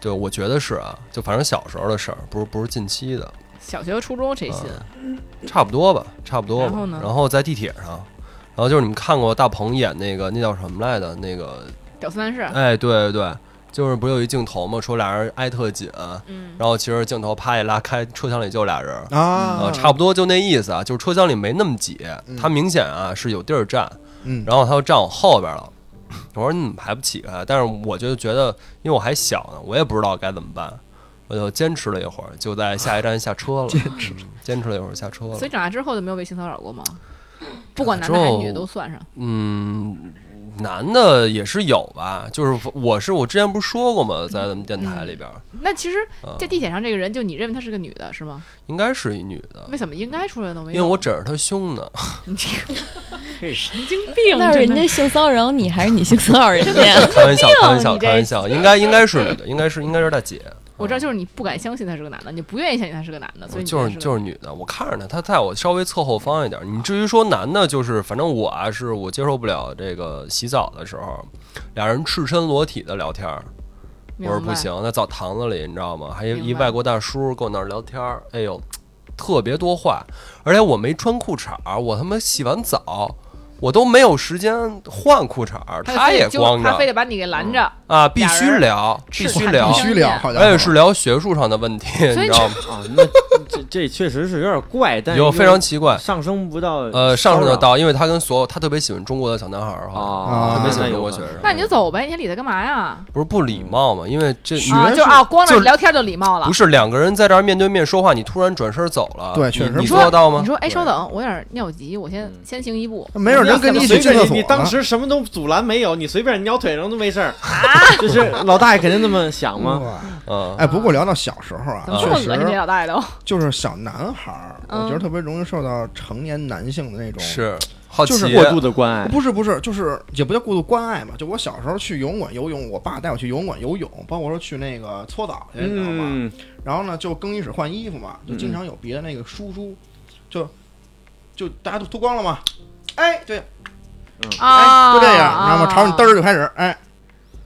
Speaker 8: 对，我觉得是啊，就反正小时候的事儿，不是不是近期的，啊
Speaker 2: 小学、初中谁
Speaker 8: 嗯
Speaker 2: 信？
Speaker 8: 差不多吧，差不多吧。
Speaker 2: 然后呢
Speaker 8: 在地铁上，然后就是你们看过大鹏演那个那叫什么来的那个？
Speaker 2: 屌丝男士，
Speaker 8: 哎，对对对，就是不是有一镜头嘛，说俩人挨特紧，
Speaker 2: 嗯，
Speaker 8: 然后其实镜头啪一拉开，车厢里就俩人。
Speaker 4: 啊
Speaker 2: 嗯
Speaker 8: 呃，差不多就那意思啊，就是车厢里没那么挤，
Speaker 4: 嗯
Speaker 8: 他明显啊是有地儿站，
Speaker 4: 嗯，
Speaker 8: 然后他又站我后边了。 *coughs* 我说你怎么还不起开？但是我就觉得，因为我还小呢，我也不知道该怎么办，我就坚持了一会儿，就在下一站下车了。坚持，坚持了一会儿下车了
Speaker 2: 所以。长大之后就没有被性骚扰过吗？不管男的
Speaker 8: 之
Speaker 2: 还是
Speaker 8: 后
Speaker 2: 女的都算上。
Speaker 8: 嗯，男的也是有吧，就是我是我之前不是说过吗？在咱们电台里边，
Speaker 2: 那其实，
Speaker 8: 嗯
Speaker 2: 在地铁上这个人，就你认为她是个女的是吗？
Speaker 8: 应该是一女的，
Speaker 2: 为什么应该出来都没
Speaker 8: 因为
Speaker 2: 有？
Speaker 8: 我枕着她胸呢。 *laughs*
Speaker 2: 你这个神经病
Speaker 9: 那是
Speaker 2: 真
Speaker 9: 人
Speaker 2: 的
Speaker 9: 家性骚扰你，还是你性骚扰人家？
Speaker 8: 开玩笑，开玩
Speaker 2: 你
Speaker 8: 笑，
Speaker 2: 这
Speaker 8: 开玩笑，应该应该是女的，应该是应该是大姐。
Speaker 2: *laughs*
Speaker 8: 嗯
Speaker 2: 我知道，就是你不敢相信他是个男的，你不愿意相信他是个男的，所以你
Speaker 8: 就是就是是女的，我看着她，她在我稍微侧后方一点儿。你至于说男的，就是反正我啊，是我接受不了这个洗澡的时候，俩人赤身裸体的聊天儿，
Speaker 2: 明
Speaker 8: 我说
Speaker 2: 白
Speaker 8: 不行，那澡堂子里你知道吗？还有一
Speaker 2: 明白
Speaker 8: 外国大叔跟我那儿聊天儿，哎呦，特别多话，而且我没穿裤衩儿，我他妈洗完澡，我都没有时间换裤衩儿，
Speaker 2: 他
Speaker 8: 他
Speaker 2: 非
Speaker 8: 也
Speaker 2: 得揪
Speaker 8: 光
Speaker 2: 他非
Speaker 8: 着
Speaker 2: 得把你给拦着，
Speaker 8: 啊，必
Speaker 2: 俩
Speaker 8: 须
Speaker 2: 人
Speaker 8: 聊，必须
Speaker 2: 看
Speaker 8: 聊
Speaker 4: 必，须聊，好家伙，
Speaker 8: 而且是聊学术上的问题，
Speaker 2: 所以
Speaker 8: 你知道吗？
Speaker 5: 啊，那这这确实是有点怪，但
Speaker 8: 有
Speaker 5: 又
Speaker 8: 非常奇怪，
Speaker 5: 上升不到
Speaker 8: 呃，上升
Speaker 5: 骚
Speaker 8: 的
Speaker 5: 扰
Speaker 8: 到，因为他跟所有他特别喜欢中国的小男孩儿哈，
Speaker 4: 哦
Speaker 5: 啊，
Speaker 8: 特
Speaker 5: 那
Speaker 8: 别喜
Speaker 5: 那
Speaker 8: 欢中
Speaker 5: 有
Speaker 8: 国
Speaker 5: 可
Speaker 8: 学
Speaker 5: 能
Speaker 8: 生，
Speaker 2: 那你就走呗，你还理他干嘛呀？
Speaker 8: 不是不
Speaker 4: 嗯
Speaker 8: 礼貌嘛？因为这
Speaker 2: 啊，
Speaker 4: 学
Speaker 2: 就
Speaker 4: 术
Speaker 2: 啊，光着
Speaker 8: 就
Speaker 2: 聊天就礼貌了
Speaker 8: 不。是两个人在这儿面对面说话，你突然转身走了，
Speaker 4: 对
Speaker 8: 你
Speaker 4: 确实
Speaker 8: 你
Speaker 4: 不
Speaker 8: 做得到吗？
Speaker 2: 你说，哎，稍等，我有点尿急，我先先行一步。
Speaker 4: 没有人跟你一起进厕所啊
Speaker 5: 你
Speaker 4: 呢。
Speaker 5: 当时什么都阻拦没有，你随便你鸟腿上都没事儿，
Speaker 4: 啊
Speaker 5: 就是老大爷肯定那么想嘛。
Speaker 4: 哇
Speaker 8: 嗯，
Speaker 4: 哎，不过聊到小时候啊
Speaker 2: 怎么，这么
Speaker 4: 确
Speaker 2: 恶心，这
Speaker 4: 实
Speaker 2: 老大爷都
Speaker 4: 就是小男孩儿，
Speaker 2: 嗯
Speaker 4: 我觉得特别容易受到成年男性的那种
Speaker 8: 是好奇，
Speaker 4: 就是
Speaker 5: 过度的关爱，
Speaker 4: 不是不是，就是哎也不叫过度关爱嘛。就我小时候去游泳馆游泳，我爸带我去游泳馆游泳，包括说去那个搓澡去，你知道吗？
Speaker 5: 嗯，
Speaker 4: 然后呢，就更衣室换衣服嘛，就经常有别的那个叔叔，就就大家都脱光了嘛，哎，对，
Speaker 8: 哎
Speaker 4: 哎
Speaker 2: 啊，
Speaker 4: 就这样，你知道吗？朝你嘚
Speaker 2: 儿
Speaker 4: 儿就开始，哎，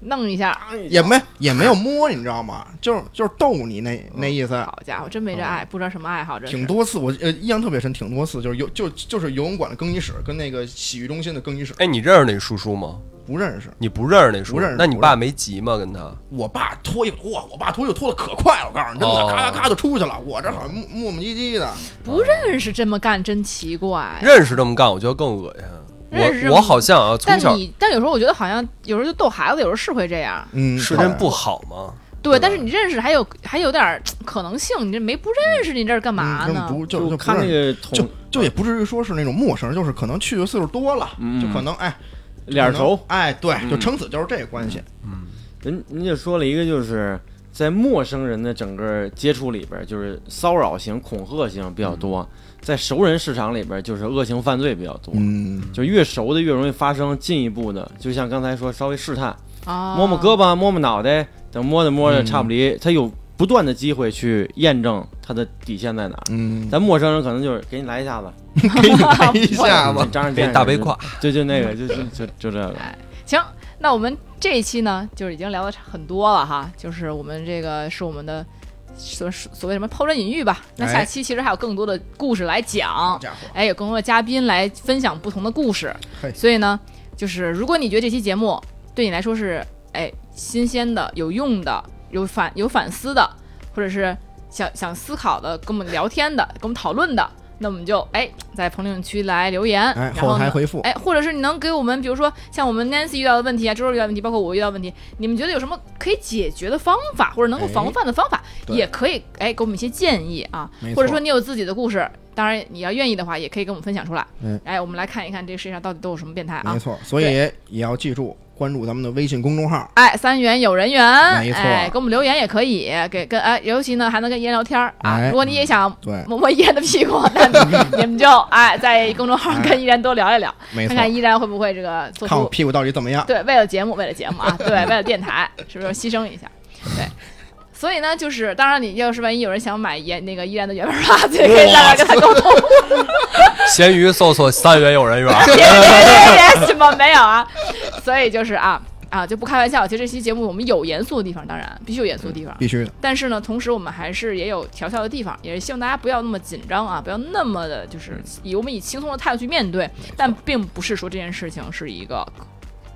Speaker 2: 弄一下，
Speaker 5: 嗯
Speaker 4: 也没也没有摸，你知道吗？就是就是逗你那那意思。
Speaker 2: 好家伙，真没
Speaker 8: 嗯
Speaker 2: 这爱，不知道什么爱好，这
Speaker 4: 挺
Speaker 2: 是。
Speaker 4: 多次，我呃印象特别深，挺多次就是游就就是游泳馆的更衣室跟那个洗浴中心的更衣室
Speaker 8: 哎，你认识那叔叔吗？
Speaker 4: 不认识。
Speaker 8: 你不认识那叔
Speaker 4: 不认识
Speaker 8: 那你
Speaker 4: 不
Speaker 8: 爸
Speaker 4: 认
Speaker 8: 没急吗？跟他
Speaker 4: 我爸脱衣服，哇，我爸脱衣服脱的可快了，我告诉你，真
Speaker 8: 哦
Speaker 4: 的，咔咔咔就出去了。我这好像磨磨磨唧唧的，
Speaker 2: 不认识这么干真奇怪。
Speaker 8: 认识这么干，我觉得更恶心。
Speaker 2: 哎认识这
Speaker 8: 我
Speaker 2: 么
Speaker 8: 我好像啊，从
Speaker 2: 但
Speaker 8: 小
Speaker 2: 你但有时候我觉得好像有时候就逗孩子，有时候是会这样。
Speaker 4: 嗯，
Speaker 8: 是真不好吗？
Speaker 2: 对，但是你认识还有还有点儿可能性，你这没不认识，你这是干嘛
Speaker 4: 嗯真
Speaker 2: 呢？
Speaker 4: 不就
Speaker 5: 就
Speaker 4: 就
Speaker 5: 看
Speaker 4: 不
Speaker 5: 那
Speaker 4: 认
Speaker 5: 个
Speaker 4: 就
Speaker 5: 捅
Speaker 4: 就也不至于说是那种陌生人，就是可能去的次数多了，
Speaker 5: 嗯
Speaker 4: 就可能哎
Speaker 5: 脸
Speaker 4: 可能
Speaker 5: 熟，
Speaker 4: 哎对，就
Speaker 5: 嗯
Speaker 4: 撑死就是这个关系。
Speaker 5: 人人家说了一个，就是在陌生人的整个接触里边儿，就是骚扰型、恐吓型比较
Speaker 4: 嗯
Speaker 5: 多；在熟人市场里边儿，就是恶性犯罪比较多。
Speaker 4: 嗯，
Speaker 5: 就越熟的越容易发生进一步的，就像刚才说，稍微试探，
Speaker 2: 啊，
Speaker 5: 摸摸胳膊，摸摸脑袋，等摸着摸着
Speaker 4: 嗯
Speaker 5: 差不离，他有不断的机会去验证他的底线在哪儿。
Speaker 4: 嗯，
Speaker 5: 咱陌生人可能就是给你来一下子，
Speaker 4: 给你
Speaker 2: 嗯
Speaker 4: 来哎
Speaker 2: *laughs*
Speaker 4: *laughs* 一下吧。
Speaker 5: 张着
Speaker 8: 给你大背胯，，
Speaker 5: 就就那个，就就就就这个。
Speaker 2: 行，那我们这一期呢，就是已经聊的很多了哈，就是我们这个是我们的所所谓什么抛砖引玉吧。那下
Speaker 4: 哎
Speaker 2: 期其实还有更多的故事来
Speaker 4: 好
Speaker 2: 讲，
Speaker 4: 家伙，
Speaker 2: 哎，有更多的嘉宾来分享不同的故事。
Speaker 4: 嘿
Speaker 2: 所以呢，就是如果你觉得这期节目对你来说是哎新鲜的、有用的、有反有反思的，或者是想想思考的、跟我们聊天的、跟我们讨论的，那我们就哎在评论区来留言，
Speaker 4: 哎，
Speaker 2: 然后
Speaker 4: 后台
Speaker 2: 呢。
Speaker 4: 回复，
Speaker 2: 哎，或者是你能给我们，比如说像我们 Nancy 遇到的问题啊，周周遇到的问题，包括我遇到的问题，你们觉得有什么可以解决的方法，或者能够防
Speaker 4: 哎
Speaker 2: 范的方法，
Speaker 4: 对
Speaker 2: 也可以哎给我们一些建议啊
Speaker 4: 没，
Speaker 2: 或者
Speaker 4: 错
Speaker 2: 说你有自己的故事，当然你要愿意的话，也可以跟我们分享出来。
Speaker 4: 嗯
Speaker 2: 哎，我们来看一看这个世界上到底都有什么变态啊
Speaker 4: 没。错，所以也要记住关注咱们的微信公众号。
Speaker 2: 哎，三元有人缘，
Speaker 4: 没错
Speaker 2: 哎，给我们留言也可以，给跟哎，尤其呢还能跟爷聊天儿啊。
Speaker 4: 哎
Speaker 2: 如果你也想
Speaker 4: 对，
Speaker 2: 摸摸依然的屁股，那你你们就哎在公众号跟依然多聊一聊，
Speaker 4: 哎没错
Speaker 2: 看，看依然会不会这个做
Speaker 4: 看我
Speaker 2: 出
Speaker 4: 屁股到底怎么样。
Speaker 2: 对，为了节目，为了节
Speaker 4: *laughs*
Speaker 2: 目啊，对，为了电台，是不是牺牲一下？对。所以呢，就是当然，你要是万一有人想买盐那个依然的原味辣子，也可以在那儿跟他沟通。
Speaker 8: 闲鱼搜索三元有
Speaker 4: *laughs*
Speaker 8: 人缘。
Speaker 2: 别别别别，什么没有啊？所以就是啊啊，就不开玩笑。其实这期节目我们有严肃的地方，当然必须有严肃的地方，
Speaker 4: 必须的，
Speaker 2: 但是呢，同时我们还是也有调笑的地方，也是希望大家不要那么紧张啊，不要那么的，
Speaker 4: 嗯
Speaker 2: 就是以我们以轻松的态度去面对，但并不是说这件事情是一个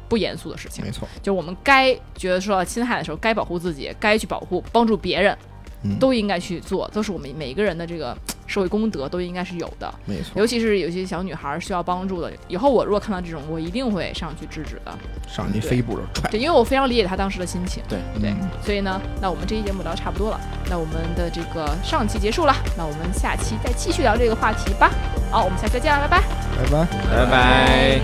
Speaker 2: 不严肃的事情
Speaker 4: 没。错，
Speaker 2: 就是我们该觉得受到侵害的时候，该保护自己，该去保护帮助别人，
Speaker 4: 嗯
Speaker 2: 都应该去做，都是我们每个人的这个社会公德都应该是有的。
Speaker 4: 没错，
Speaker 2: 尤其是有些小女孩需要帮助的，以后我如果看到这种，我一定会上去制止的。
Speaker 4: 上去飞一步就踹。嗯
Speaker 2: 对，因为我非常理解她当时的心情。
Speaker 5: 对
Speaker 2: 对，所以呢，那我们这期节目聊得差不多了，那我们的这个上期结束了，那我们下期再继续聊这个话题吧。好，我们下期再见了，拜拜。
Speaker 4: 拜拜。
Speaker 5: 拜拜。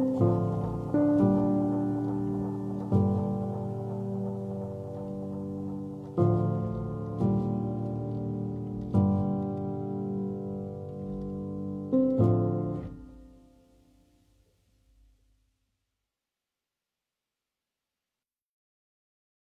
Speaker 1: Thank